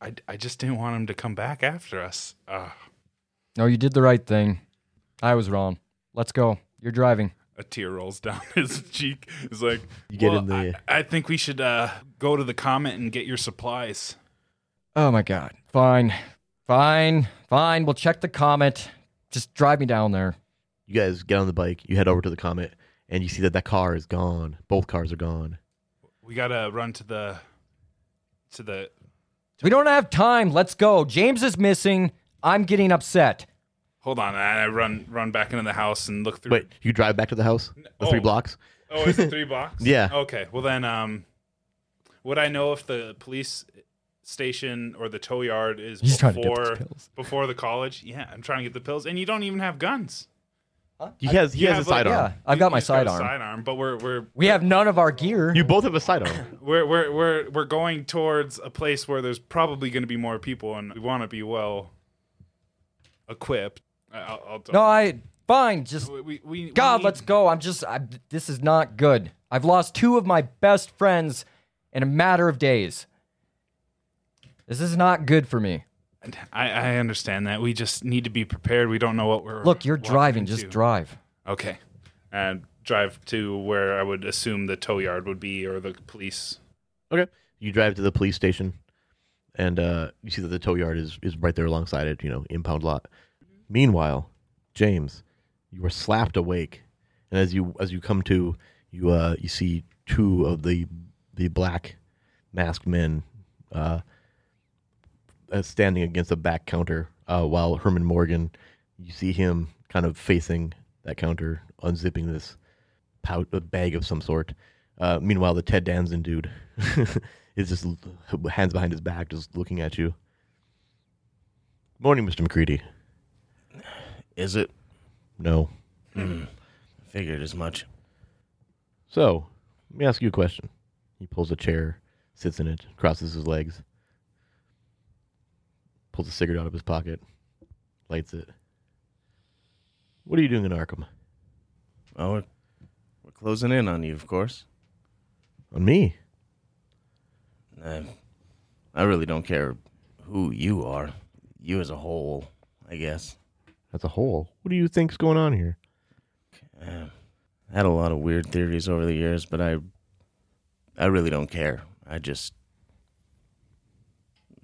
I, I just didn't want him to come back after us. Uh, No, you did the right thing. I was wrong. Let's go. You're driving. a tear rolls down his cheek. He's like, You get "Well, in the- I, I think we should uh, go to the comment and get your supplies. Oh my god. Fine. Fine. Fine. We'll check the comet. Just drive me down there. You guys get on the bike. You head over to the comet, and you see that that car is gone. Both cars are gone. We gotta run to the to the. We don't have time. Let's go. James is missing. I'm getting upset. Hold on, and I run run back into the house and look through. Wait, you drive back to the house, the three Oh. blocks. Oh, is it three blocks? Yeah. Okay. Well then, um, would I know if the police station or the tow yard is He's trying to get before those pills. before the college? Yeah, I'm trying to get the pills, and you don't even have guns. He has he You has a have, like- sidearm. Yeah, I've got my He's a sidearm. Sidearm, but we're we're We have none of our gear. You both have a sidearm. we're we're we're we're going towards a place where there's probably going to be more people, and we want to be well equipped. I- I'll, I'll no, I. Fine. Just We, we, we God, need- let's go. I'm just. I, this is not good. I've lost two of my best friends in a matter of days. This is not good for me. I, I understand that. We just need to be prepared. We don't know what we're. Look, you're walking driving. Just into. drive. Okay. And drive to where I would assume the tow yard would be or the police. okay, you drive to the police station, and uh, you see that the tow yard is is right there alongside it. You know, impound lot. Meanwhile, James, you are slapped awake, and as you as you come to, you uh, you see two of the the black masked men uh, uh, standing against a back counter, uh, while Herman Morgan, you see him kind of facing that counter, unzipping this pout, a bag of some sort. Uh, meanwhile, the Ted Danson dude is just l- hands behind his back, just looking at you. Morning, Mr. McCready. Is it? No. Figured as much. So, let me ask you a question. He pulls a chair, sits in it, crosses his legs, pulls a cigarette out of his pocket, lights it. What are you doing in Arkham? Oh, we're, we're closing in on you, of course. On me? I, Uh, I really don't care who you are. You as a whole, I guess. As a whole. What do you think's going on here? Um, I had a lot of weird theories over the years, but I, I really don't care. I just,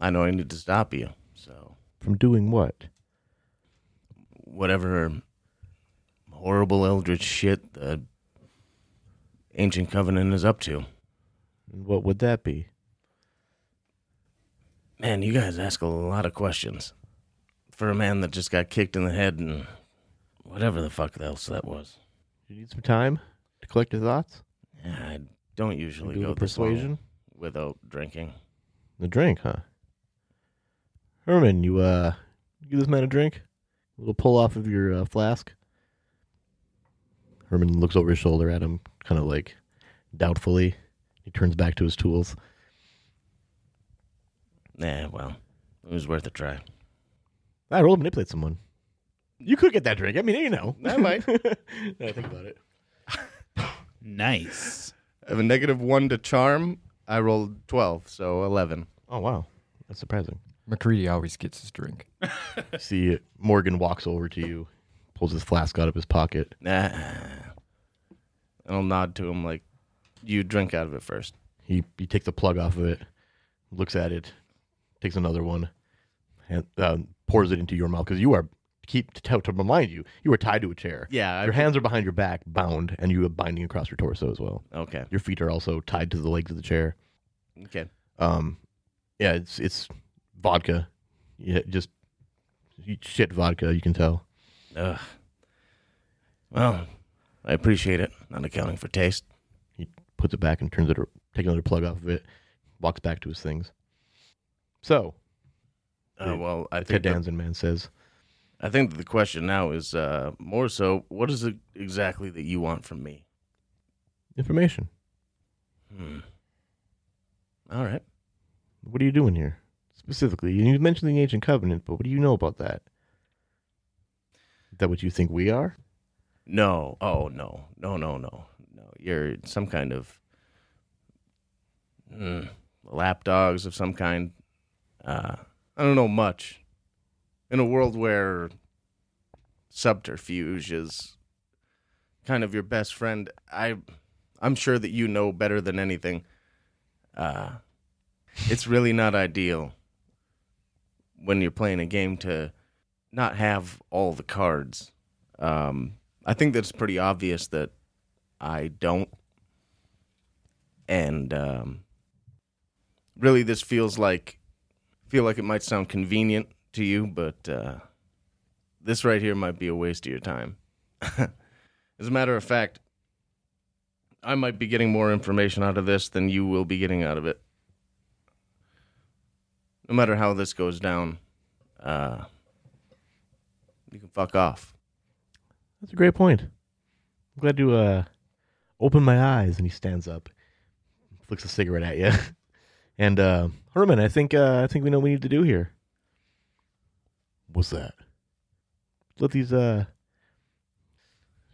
I know I need to stop you. So From doing what? whatever horrible eldritch shit the ancient covenant is up to. And what would that be? Man, you guys ask a lot of questions for a man that just got kicked in the head and whatever the fuck else that was. You need some time to collect your thoughts? I don't usually Do go the this long persuasion? without drinking. The drink, huh? Herman, you uh, give this man a drink. A little pull off of your uh, flask. Herman looks over his shoulder at him, kind of like doubtfully. He turns back to his tools. Nah, well, it was worth a try. I roll to manipulate someone. You could get that drink. I mean, you know. I might. Now think about it. Nice. I have a negative one to charm. I rolled 12, so 11. Oh wow, that's surprising. McCready always gets his drink. See, Morgan walks over to you, pulls his flask out of his pocket. Nah, And I'll nod to him like, you drink out of it first. He he takes the plug off of it, looks at it, takes another one, and uh, pours it into your mouth because you are keep to, tell- to remind you you are tied to a chair. Yeah, I- your hands are behind your back, bound, and you have binding across your torso as well. okay, Your feet are also tied to the legs of the chair. Okay. Um, yeah, it's it's vodka, yeah, just shit vodka. You can tell. ugh. Well, I appreciate it. Not accounting for taste. He puts it back and turns it, takes another plug off of it, walks back to his things. So, Uh, Yeah. well, I Ted think that- Danson man says, I think that the question now is uh, more so: what is it exactly that you want from me? information. Hmm. All right. What are you doing here? Specifically, you mentioned the ancient covenant, but what do you know about that? Is that what you think we are? No. Oh no. No. No. No. No. You're some kind of mm, lapdogs of some kind. Uh, I don't know much. In a world where subterfuge is kind of your best friend, I I'm sure that you know better than anything. uh, it's really not ideal when you're playing a game to not have all the cards. Um, I think that's pretty obvious that I don't. And um, really, this feels like feel like it might sound convenient to you, but uh, this right here might be a waste of your time. As a matter of fact, I might be getting more information out of this than you will be getting out of it. No matter how this goes down, uh, you can fuck off. That's a great point. I'm glad you uh, opened my eyes. And he stands up, flicks a cigarette at you, and uh, Herman, I think uh, I think we know what we need to do here. What's that? Let these. Uh,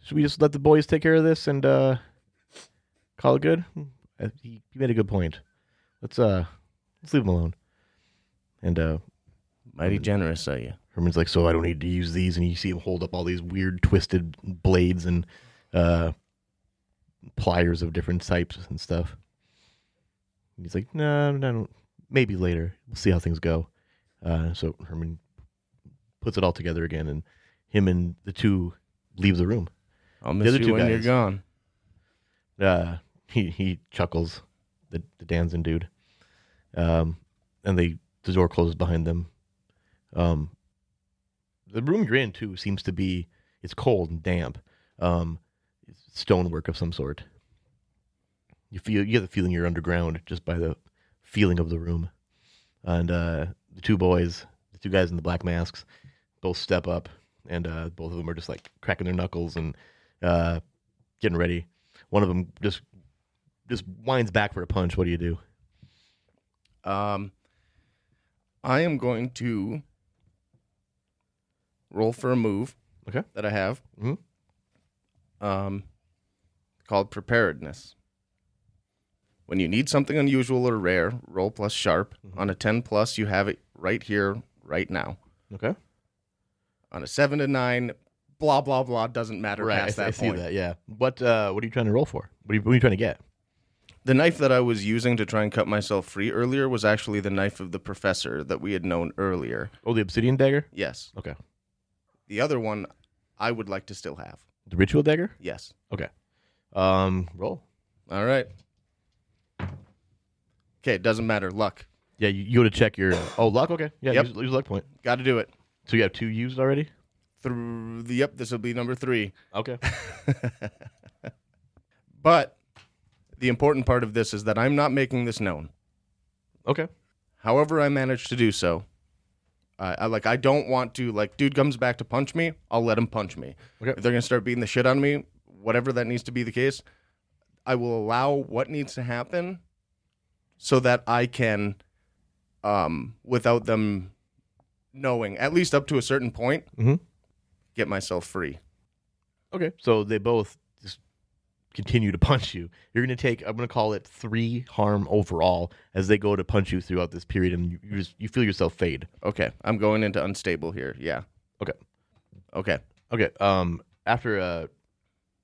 should we just let the boys take care of this and uh, call it good? Uh, He, he made a good point. Let's uh, let's leave him alone. And uh, Mighty generous of you. Herman's like, so I don't need to use these, and you see him hold up all these weird twisted blades and uh, pliers of different types and stuff. And he's like, no, no, I don't. maybe later. We'll see how things go. Uh, so Herman puts it all together again, and him and the two leave the room. I'll The miss other you two when you're guys. gone. Uh, he he chuckles, the the Danzin dude, um, and they the door closes behind them. Um, the room you're in too seems to be it's cold and damp, um, it's stonework of some sort. You feel you get the feeling you're underground just by the feeling of the room, and uh, the two boys, the two guys in the black masks, both step up, and uh, both of them are just like cracking their knuckles and uh, getting ready one of them just just winds back for a punch. What do you do? Um, I am going to roll for a move. Okay. That I have. Mhm. Um, called preparedness. When you need something unusual or rare, roll plus sharp. On a ten plus, you have it right here, right now. Okay, On a seven to nine, blah blah blah doesn't matter past I, that I see point. that. Yeah. What uh, What are you trying to roll for? What are you, what are you trying to get? The knife that I was using to try and cut myself free earlier was actually the knife of the professor that we had known earlier. Oh, the obsidian dagger. Yes. Okay. The other one I would like to still have. The ritual dagger. Yes. Okay. Um, roll. All right. Okay, it doesn't matter. Luck. Yeah, you, you go to check your. Oh, luck. Okay. Yeah, Yep. use, use luck point. Got to do it. So you have two used already. Through the yep, this will be number 3. Okay. But the important part of this is that I'm not making this known. okay. However I manage to do so, I, I like I don't want to like dude comes back to punch me, I'll let him punch me. Okay. If they're going to start beating the shit out of me, whatever that needs to be the case, I will allow what needs to happen so that I can um without them knowing at least up to a certain point Mhm. get myself free. Okay. So they both just continue to punch you. You're going to take. I'm going to call it three harm overall as they go to punch you throughout this period, and you, you just you feel yourself fade. Okay, I'm going into unstable here. Yeah. Okay. Okay. Okay. Um, after a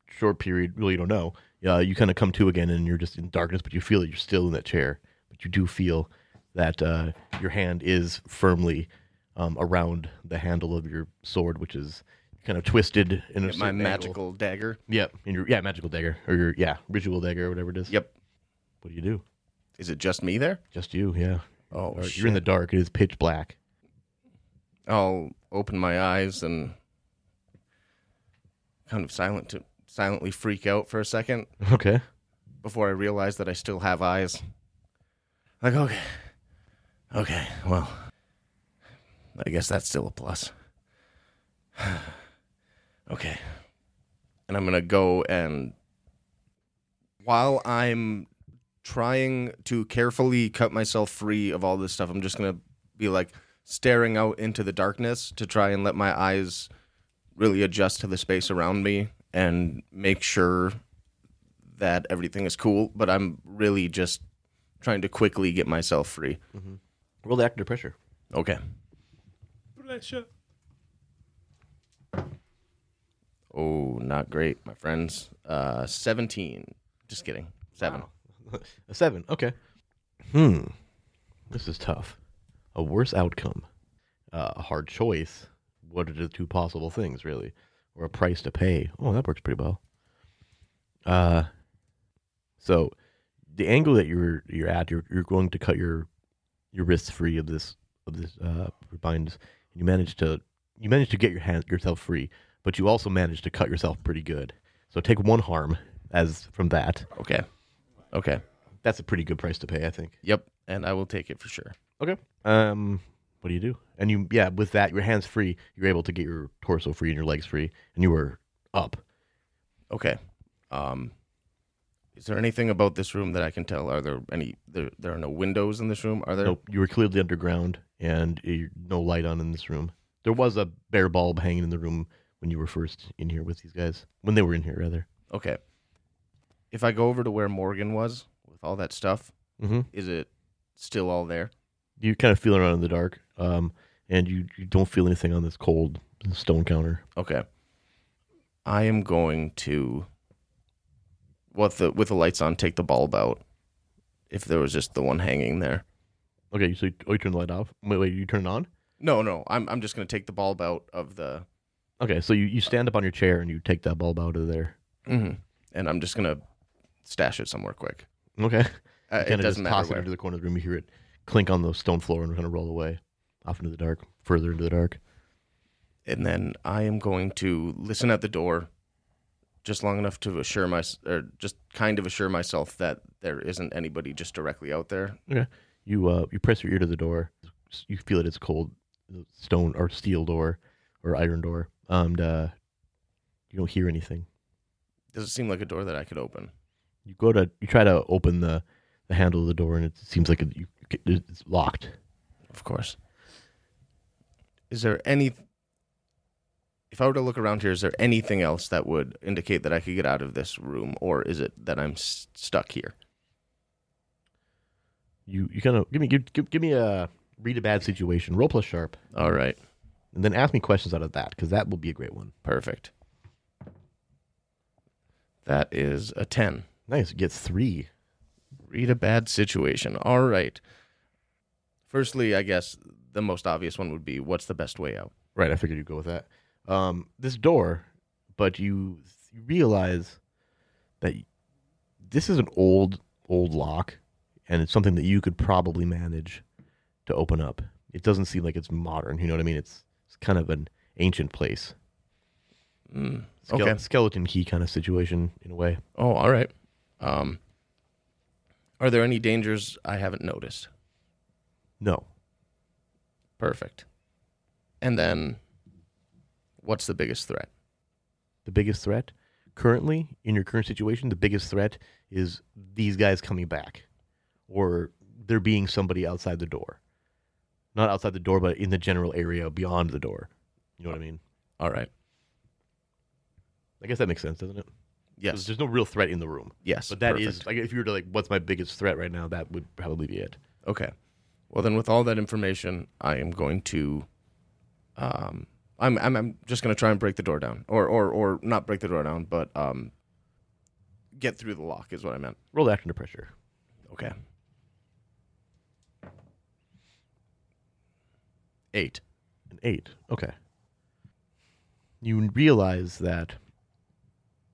short period, really don't know. Uh, you kind of come to again, and you're just in darkness, but you feel that you're still in that chair. But you do feel that uh, your hand is firmly um, around the handle of your sword, which is kind of twisted in a My certain angle. magical dagger. Yep. In your yeah, magical dagger or your yeah, ritual dagger or whatever it is. Yep. What do you do? Is it just me there? Just you. Yeah. Oh, Or You're in the dark. It is pitch black. I'll open my eyes and kind of silent to silently freak out for a second Okay. before I realize that I still have eyes. Like, okay. Okay, well. I guess that's still a plus. okay. And I'm going to go and while I'm trying to carefully cut myself free of all this stuff, I'm just going to be like staring out into the darkness to try and let my eyes really adjust to the space around me and make sure that everything is cool, but I'm really just trying to quickly get myself free. Roll the actor pressure. Okay. Pressure. Oh, not great, my friends. Uh, 17. Just kidding. Seven. A seven. Okay. Hmm. This is tough. A worse outcome, uh, a hard choice. What are the two possible things, really? Or a price to pay? Oh, that works pretty well. Uh, so the angle that you're you're at, you're you're going to cut your your wrists free of this of this uh, binds. You manage to you manage to get your hand yourself free, but you also manage to cut yourself pretty good. So take one harm as from that. Okay. Okay. That's a pretty good price to pay, I think. Yep. And I will take it for sure. Okay. Um, what do you do? And you, yeah, with that, your hands free, you're able to get your torso free and your legs free, and you were up. Okay. Um, is there anything about this room that I can tell? Are there any? There, there are no windows in this room. Are there? Nope, you were clearly underground, and you- no light on in this room. There was a bare bulb hanging in the room when you were first in here with these guys, when they were in here, rather. Okay. If I go over to where Morgan was with all that stuff, Mm-hmm. is it still all there? You kind of feel around in the dark, um, and you, you don't feel anything on this cold stone counter. Okay. I am going to with the with the lights on take the bulb out if there was just the one hanging there. Okay, so you, oh, you turn the light off. Wait, wait, you turn it on. No, no. I'm I'm just gonna take the bulb out of the Okay, so you, you stand up on your chair and you take that bulb out of there. and I'm just gonna stash it somewhere quick. Okay, Uh, it kind of just doesn't matter toss it where. into the corner of the room. You hear it clink on the stone floor and kind of roll away off into the dark, further into the dark. and then I am going to listen at the door just long enough to assure my or just kind of assure myself that there isn't anybody just directly out there. Okay, you uh you press your ear to the door. S- You feel that it's cold, the stone or steel door or iron door. Um, and, uh, you don't hear anything. Does it seem like a door that I could open? You go to you try to open the the handle of the door and it seems like it, you, it's locked. Of course. Is there any if I were to look around here, is there anything else that would indicate that I could get out of this room, or is it that I'm s- stuck here? You you kind of give me give, give give me a read a bad situation roll plus sharp All right, and then ask me questions out of that because that will be a great one. perfect. That is a 10. Nice, you get three. read a bad situation. All right. Firstly, I guess the most obvious one would be what's the best way out? Right, I figured you'd go with that. Um, this door, but you you realize that y- this is an old, old lock, and it's something that you could probably manage to open up. It doesn't seem like it's modern. You know what I mean? It's it's kind of an ancient place. Skele- Hmm, okay. Skeleton key kind of situation in a way. Oh, all right. Um, are there any dangers I haven't noticed? No, Perfect. And then what's the biggest threat? the biggest threat currently in your current situation the biggest threat is these guys coming back or there being somebody outside the door not outside the door but in the general area beyond the door you know what i mean All right. i guess that makes sense doesn't it 'Cause Yes. there's no real threat in the room Yes. but that is perfect. like if you were to like what's my biggest threat right now that would probably be it Okay. Well, then, with all that information, I am going to. Um, I'm, I'm I'm just going to try and break the door down, or or or not break the door down, but um, get through the lock is what I meant. roll action to pressure Okay. Eight. An eight. Okay. You realize that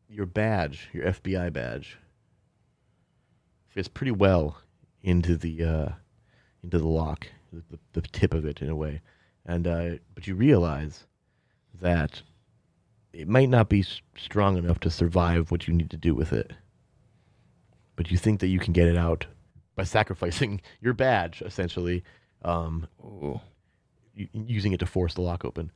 your badge, your FBI badge, fits pretty well into the uh, into the lock, the, the tip of it in a way, and uh, but you realize that it might not be s- strong enough to survive what you need to do with it. But you think that you can get it out by sacrificing your badge, essentially, um, Ooh. u- using it to force the lock open.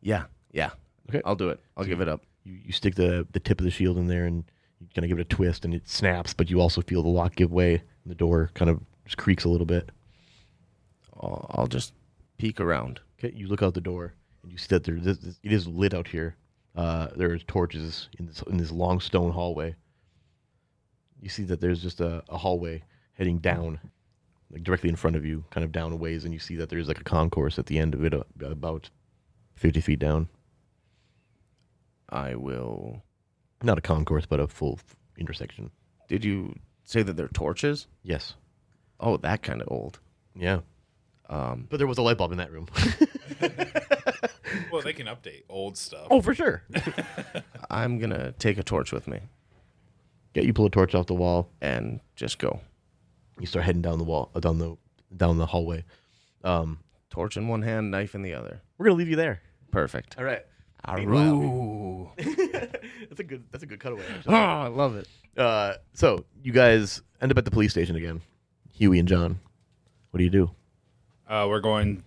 Yeah. Yeah. Okay. I'll do it. I'll give it up. you, you stick the, the tip of the shield in there and you kind of give it a twist and it snaps, but you also feel the lock give way and the door kind of just creaks a little bit. I'll, I'll just peek around. Okay, you look out the door and you see that there this, this- it is lit out here. Uh, there's torches in this in this long stone hallway. You see that there's just a, a hallway heading down, like directly in front of you, kind of down a ways, and you see that there's like a concourse at the end of it, uh, about fifty feet down. I will. Not a concourse, but a full f- intersection. Did you say that they're torches? Yes. Oh, that kind of old. Yeah. Um, But there was a light bulb in that room. Well, they can update old stuff. oh, for sure. I'm gonna take a torch with me Yeah, you pull a torch off the wall. and just go. You start heading down the wall, uh, down the down the hallway. Um, Torch in one hand, knife in the other. we're gonna leave you there. Perfect. All right. Ooh. That's a good. That's a good cutaway. Oh, I love it. Uh, so you guys end up at the police station again. Huey and John. What do you do? Uh, we're going.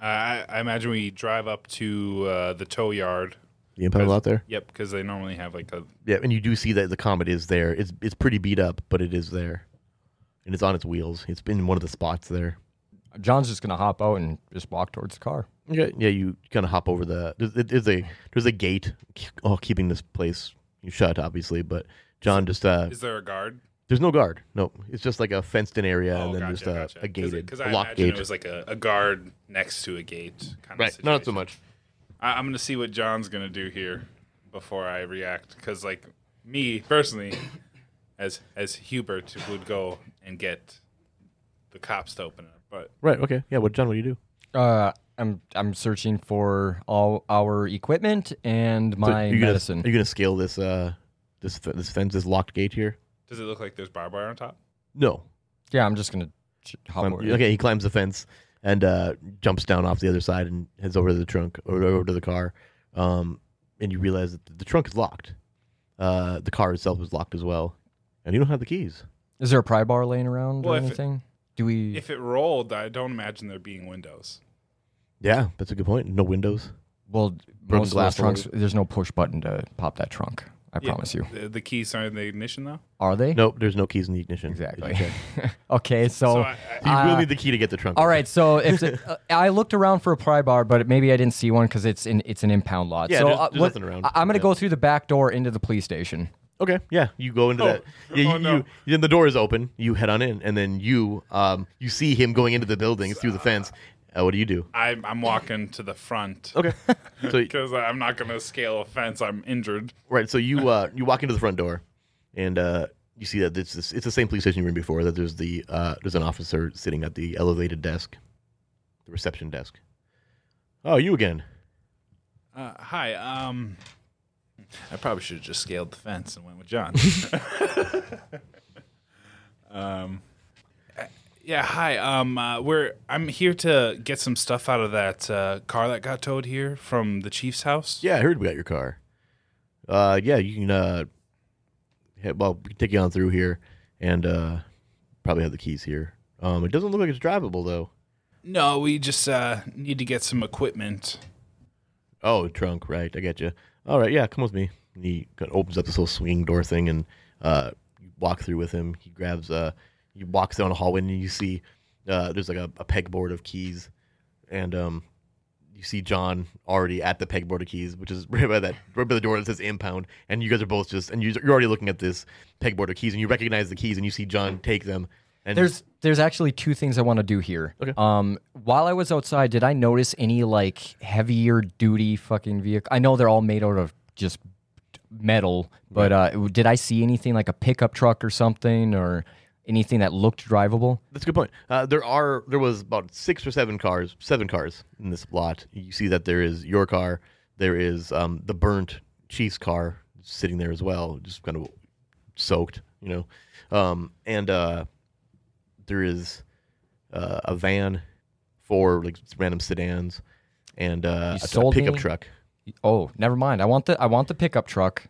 I, I imagine we drive up to uh, the tow yard. The impound out there. Yep, because they normally have like a. Yeah, and you do see that the comet is there. It's it's pretty beat up, but it is there, and it's on its wheels. It's been in one of the spots there. John's just gonna hop out and just walk towards the car. Okay. Yeah, you kind of hop over the. There's, there's a there's a gate, oh, keeping this place shut, obviously. But John just uh, Is there a guard? there's no guard. No, it's just like a fenced in area and oh, then gotcha, just a, gotcha. a gated, Because a I locked imagine gate. it was like a, a guard next to a gate kind of right, situation. not so much. I, I'm gonna see what John's gonna do here before I react, because like me personally, as as Hubert would go and get the cops to open up. But Right. Okay. Yeah. What, John? What do you do? Uh, I'm I'm searching for all our equipment and So my you gonna- medicine. are you gonna scale this uh this fe- this fence this locked gate here? does it look like there's barbed wire on top? No. yeah, I'm just gonna ch- hop Climb- over. Um, okay. He climbs the fence and uh, jumps down off the other side and heads over to the trunk or over to the car. Um, and you realize that the trunk is locked. Uh, the car itself is locked as well, and you don't have the keys. Is there a pry bar laying around Well, or if it- anything? Do we? If it rolled, I don't imagine there being windows. Yeah, that's a good point. No windows. well, broken most of glass those trunks. There's no push button to pop that trunk. I Yeah. promise you. The, the keys are in the ignition though. Are they? Nope. There's no keys in the ignition. Exactly. Okay. okay, so. So I, I, So you will Uh, need the key to get the trunk. all right, so if the, uh, I looked around for a pry bar, but maybe I didn't see one because it's in it's an impound lot. Yeah, so there's- uh, there's nothing around. I, am gonna Yeah. go through the back door into the police station. Okay. Yeah. You go into that. Yeah. Oh, you, no. you- then the door is open. You head on in, and then you um you see him going into the building through the fence. Uh, what do you do? I'm, I'm walking to the front Okay. so because I'm not gonna scale a fence. I'm injured. right. So you uh you walk into the front door, and uh you see that it's this, it's the same police station you were in before. That there's the uh there's an officer sitting at the elevated desk, the reception desk. Oh, you again? Uh, hi. Um, I probably should have just scaled the fence and went with John. um, uh, yeah. Hi. Um, uh, we're I'm here to get some stuff out of that uh, car that got towed here from the chief's house. Yeah, I heard we got your car. Uh, yeah, you can uh, head, well, we can take you on through here, and uh, probably have the keys here. Um, it doesn't look like it's drivable though. No, we just uh, need to get some equipment. Oh, trunk, right? I get you. All right, yeah, come with me. And he kind of opens up this little swinging door thing, and uh, you walk through with him. He grabs uh, you walk down a hallway, and you see uh, there's like a, a pegboard of keys, and um, you see John already at the pegboard of keys, which is right by that right by the door that says impound. And you guys are both just and you- you're already looking at this pegboard of keys, and you recognize the keys, and you see John take them. And There's there's actually two things I want to do here. Mm-hmm. Okay. Um, while I was outside, did I notice any like heavier duty fucking vehicle? I know they're all made out of just metal, but uh, did I see anything like a pickup truck or something or anything that looked drivable? That's a good point. Uh, there are there was about six or seven cars, seven cars in this lot. You see that there is your car, there is um, the burnt Chiefs car sitting there as well, just kind of soaked, you know, um, and uh, there is uh, a van, for like random sedans, and uh, a, a sold pickup me? truck. Oh, never mind. I want the I want the pickup truck.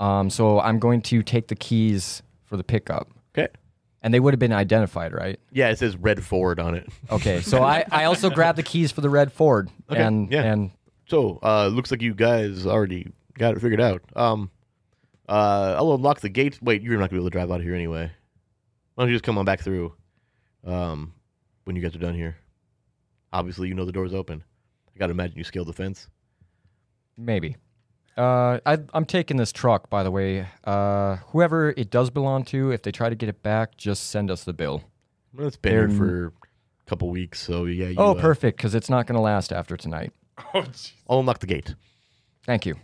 Um, so I'm going to take the keys for the pickup, Okay. and they would have been identified, right? Yeah, it says red Ford on it. Okay. So I I also grabbed the keys for the red Ford, and yeah. and So, uh, looks like you guys already got it figured out. Um, uh, I'll unlock the gate. Wait, you're not gonna be able to drive out of here anyway. Why don't you just come on back through, um, when you guys are done here? Obviously, you know the door's open. I gotta imagine you scaled the fence. Maybe. Uh, I, I'm taking this truck, by the way. Uh, whoever it does belong to, if they try to get it back, just send us the bill. Well, it's been here They're- for a couple weeks, so yeah. You, oh, uh, perfect, because it's not going to last after tonight. Oh, geez. I'll unlock the gate. Thank you.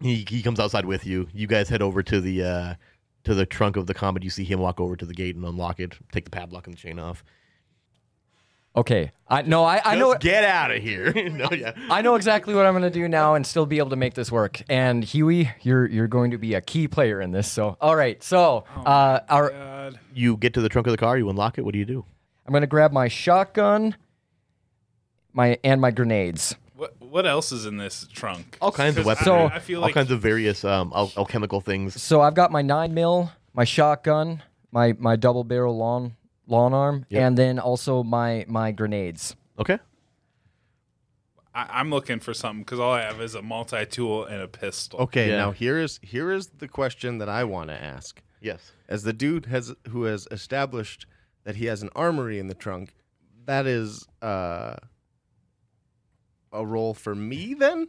He he comes outside with you. You guys head over to the uh, to the trunk of the comet. You see him walk over to the gate and unlock it. Take the padlock and the chain off. Okay. I no, I, I know Just get out of here. no, yeah. I know exactly what I'm going to do now and still be able to make this work. And Huey, you're you're going to be a key player in this. So, all right. So, Oh, uh, our God. you get to the trunk of the car, you unlock it. What do you do? I'm going to grab my shotgun, my and my grenades. What what else is in this trunk? All kinds of 'Cause weapons, So- I, I feel all like kinds of various um, al- alchemical things. So I've got my nine mil, my shotgun, my my double barrel long long arm, and then also my my grenades. Okay, I, I'm looking for something because all I have is a multi tool and a pistol. Okay, Yeah. now here is here is the question that I want to ask. yes, As the dude has who has established that he has an armory in the trunk, that is uh, a role for me then?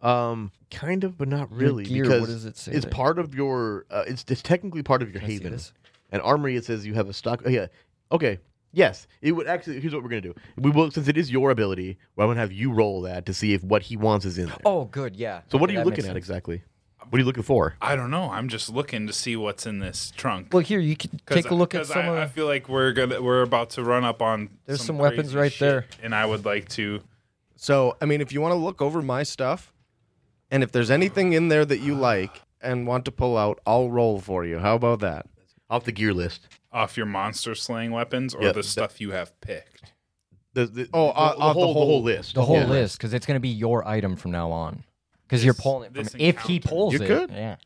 um, kind of, but not really. gear, because what does it say It's there? part of your. Uh, it's, it's technically part of your I see haven. this? An armory. It says you have a stock. Oh, yeah. Okay. Yes. It would actually. Here's what we're gonna do. We will since it is your ability. Well, I'm gonna have you roll that to see if what he wants is in there. Oh, good, yeah. so what Okay, are you that looking makes at sense. exactly? What are you looking for? I don't know. I'm just looking to see what's in this trunk. Well, here you can 'Cause- take a look at 'cause some. I, I of, feel like we're gonna we're about to run up on. There's some weapons crazy right shit, there. and I would like to. So, I mean, if you want to look over my stuff, and if there's anything in there that you like and want to pull out, I'll roll for you. How about that? Off the gear list. off your monster slaying weapons or Yeah, the that- stuff you have picked. The, the, Oh, the, uh, the uh, whole, the the whole- whole list. the whole Yeah. list because it's going to be your item from now on because you're pulling it this from if he encounter. pulls You it. could. Yeah.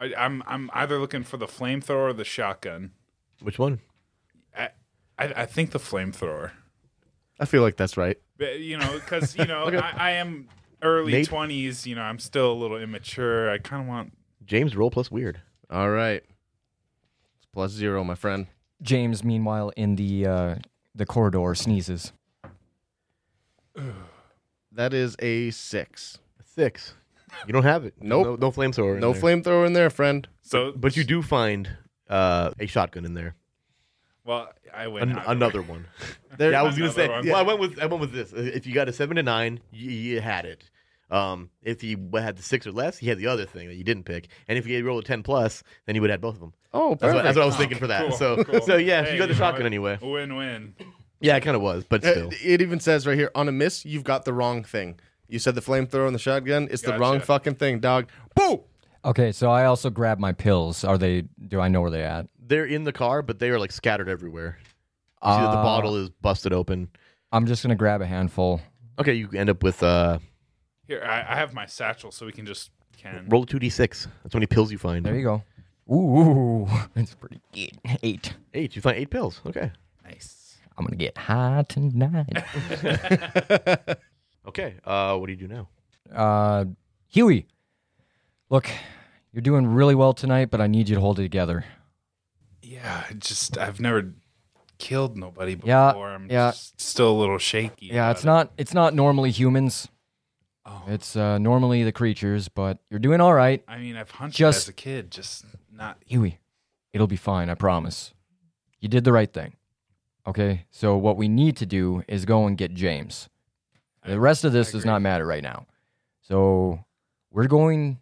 I, I'm I'm either looking for the flamethrower or the shotgun. Which one? I I, I think the flamethrower. I feel like that's right. But, You know, because you know I, I am early Nate- twenties. You know, I'm still a little immature. I kind of want. James roll plus weird. All right. It's plus zero, my friend. James, meanwhile, in the uh, the corridor, sneezes. That is a six. Six. You don't have it. Nope. No, no flamethrower. in No there. flamethrower in there, friend. So, But you do find uh, a shotgun in there. well, I win An- either another way. one. There- yeah, I was gonna Another say. one. yeah, I went with I went with this. Uh, If you got a seven to nine, you, you had it. Um, if he w- had the six or less, he had the other thing that you didn't pick. And if he rolled a ten plus, then he would have had both of them. Oh, That's perfect. what, that's what I was thinking for that. Cool, so, cool. so yeah, Hey, you got the you know shotgun what? anyway. Win-win. Yeah, it kind of was, but still. Uh, It even says right here on a miss, you've got the wrong thing. You said the flamethrower and the shotgun. It's the Gotcha. wrong fucking thing, dog. Boo! Okay, so I also grab my pills. Are they? Do I know where they at? They're in the car, but they are like scattered everywhere. You see that the Uh, bottle is busted open. I'm just gonna grab a handful. Okay, you end up with uh, Here, I, I have my satchel, so we can just can. roll two d six. That's how many pills you find. There you go. Mm-hmm. Ooh, that's pretty good. Eight. Eight. You find eight pills. Okay. Nice. I'm gonna get high tonight. Okay. Uh, what do you do now? uh, Huey, look, you're doing really well tonight, but I need you to hold it together. Yeah, I just I've never killed nobody before. Yeah, I'm yeah. just still a little shaky. Yeah, about it's it. not it's not normally humans. Oh. It's uh, normally the creatures, but you're doing all right, I mean, I've hunted Just- as a kid, just not. Huey. It'll be fine, I promise. You did the right thing. Okay, so what we need to do is go and get James. The rest of this does not matter right now. So we're going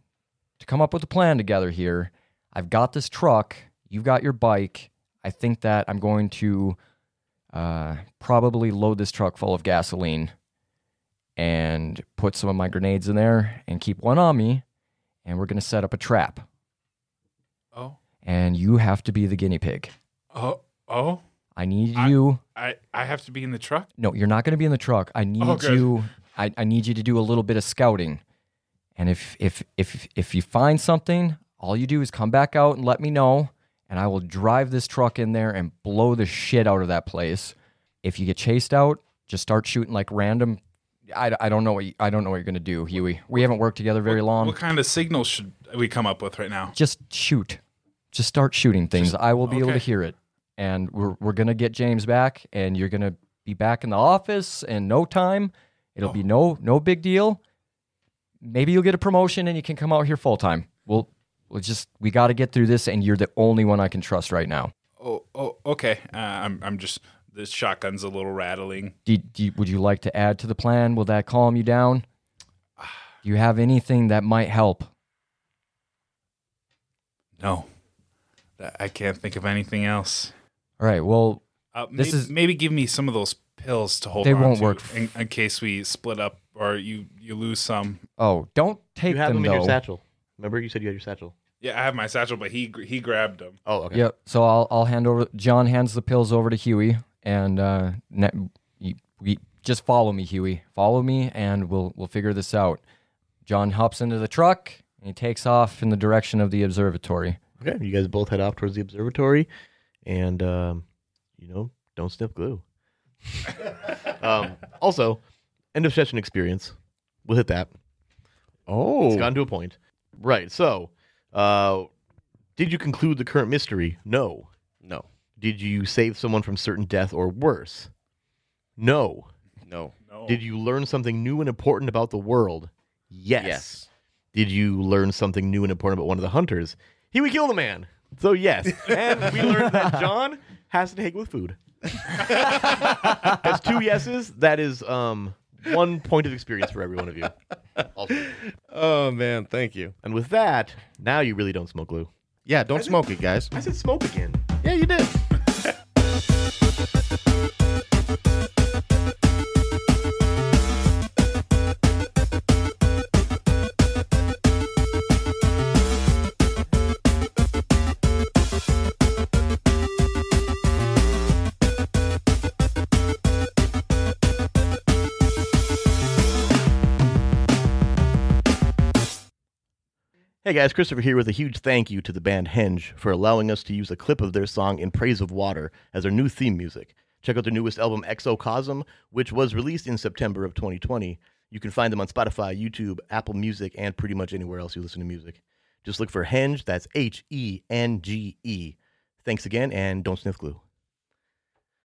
to come up with a plan together here. I've got this truck. You've got your bike. I think that I'm going to uh, probably load this truck full of gasoline and put some of my grenades in there and keep one on me. And we're going to set up a trap. Oh, And you have to be the guinea pig. oh, oh! I need I- you. I I have to be in the truck. No, you're not going to be in the truck. I need Oh, good. you. I, I need you to do a little bit of scouting. And if if if if you find something, all you do is come back out and let me know, and I will drive this truck in there and blow the shit out of that place. If you get chased out, just start shooting like random. I, I don't know what you, I don't know what you're gonna do, Huey. We haven't worked together very long. what kind of signals should we come up with right now? Just shoot. Just start shooting things. I will be able to okay. hear it, and we're we're gonna get James back, and you're gonna be back in the office in no time. It'll be Oh. no no big deal. Maybe you'll get a promotion and you can come out here full time. We'll we'll just we got to get through this, and you're the only one I can trust right now. Oh, oh, okay. Uh, I'm I'm just the shotgun's a little rattling. Do, do you- would you like to add to the plan? Will that calm you down? Do you have anything that might help? No, That- I can't think of anything else. All right. Well, Uh, This maybe, is- maybe give me some of those pills to hold. They on won't to work. in, in case we split up or you you lose some. oh, don't take you have them, in though. your satchel. Remember, you said you had your satchel. Yeah, I have my satchel, but he gr- he grabbed them. Oh, okay. Yep. So I'll I'll hand over. John hands the pills over to Huey, and uh, ne- you, we just follow me, Huey. Follow me, and we'll we'll figure this out. John hops into the truck and he takes off in the direction of the observatory. Okay. You guys both head off towards the observatory, and um, you know, don't sniff glue. um, also, end of session experience. We'll hit that. It's Oh. gotten to a point. Right. So, uh, did you conclude the current mystery? No. No. Did you save someone from certain death or worse? No. No. No. Did you learn something new and important about the world? Yes. Did you learn something new and important about one of the hunters? He would kill the man. So yes, and we learned that John has to take with food. That's two yeses. That is um one point of experience for every one of you. Also. Oh man, thank you. And with that, now you really don't smoke glue. Yeah, don't smoke it, guys. I said smoke again. Yeah, you did. Hey guys, Christopher here with a huge thank you to the band Henge for allowing us to use a clip of their song In Praise of Water as their new theme music. Check out their newest album, Exocosm, which was released in September of 2020. You can find them on Spotify, YouTube, Apple Music, and pretty much anywhere else you listen to music. Just look for Henge, that's H E N G E. Thanks again, and don't sniff glue.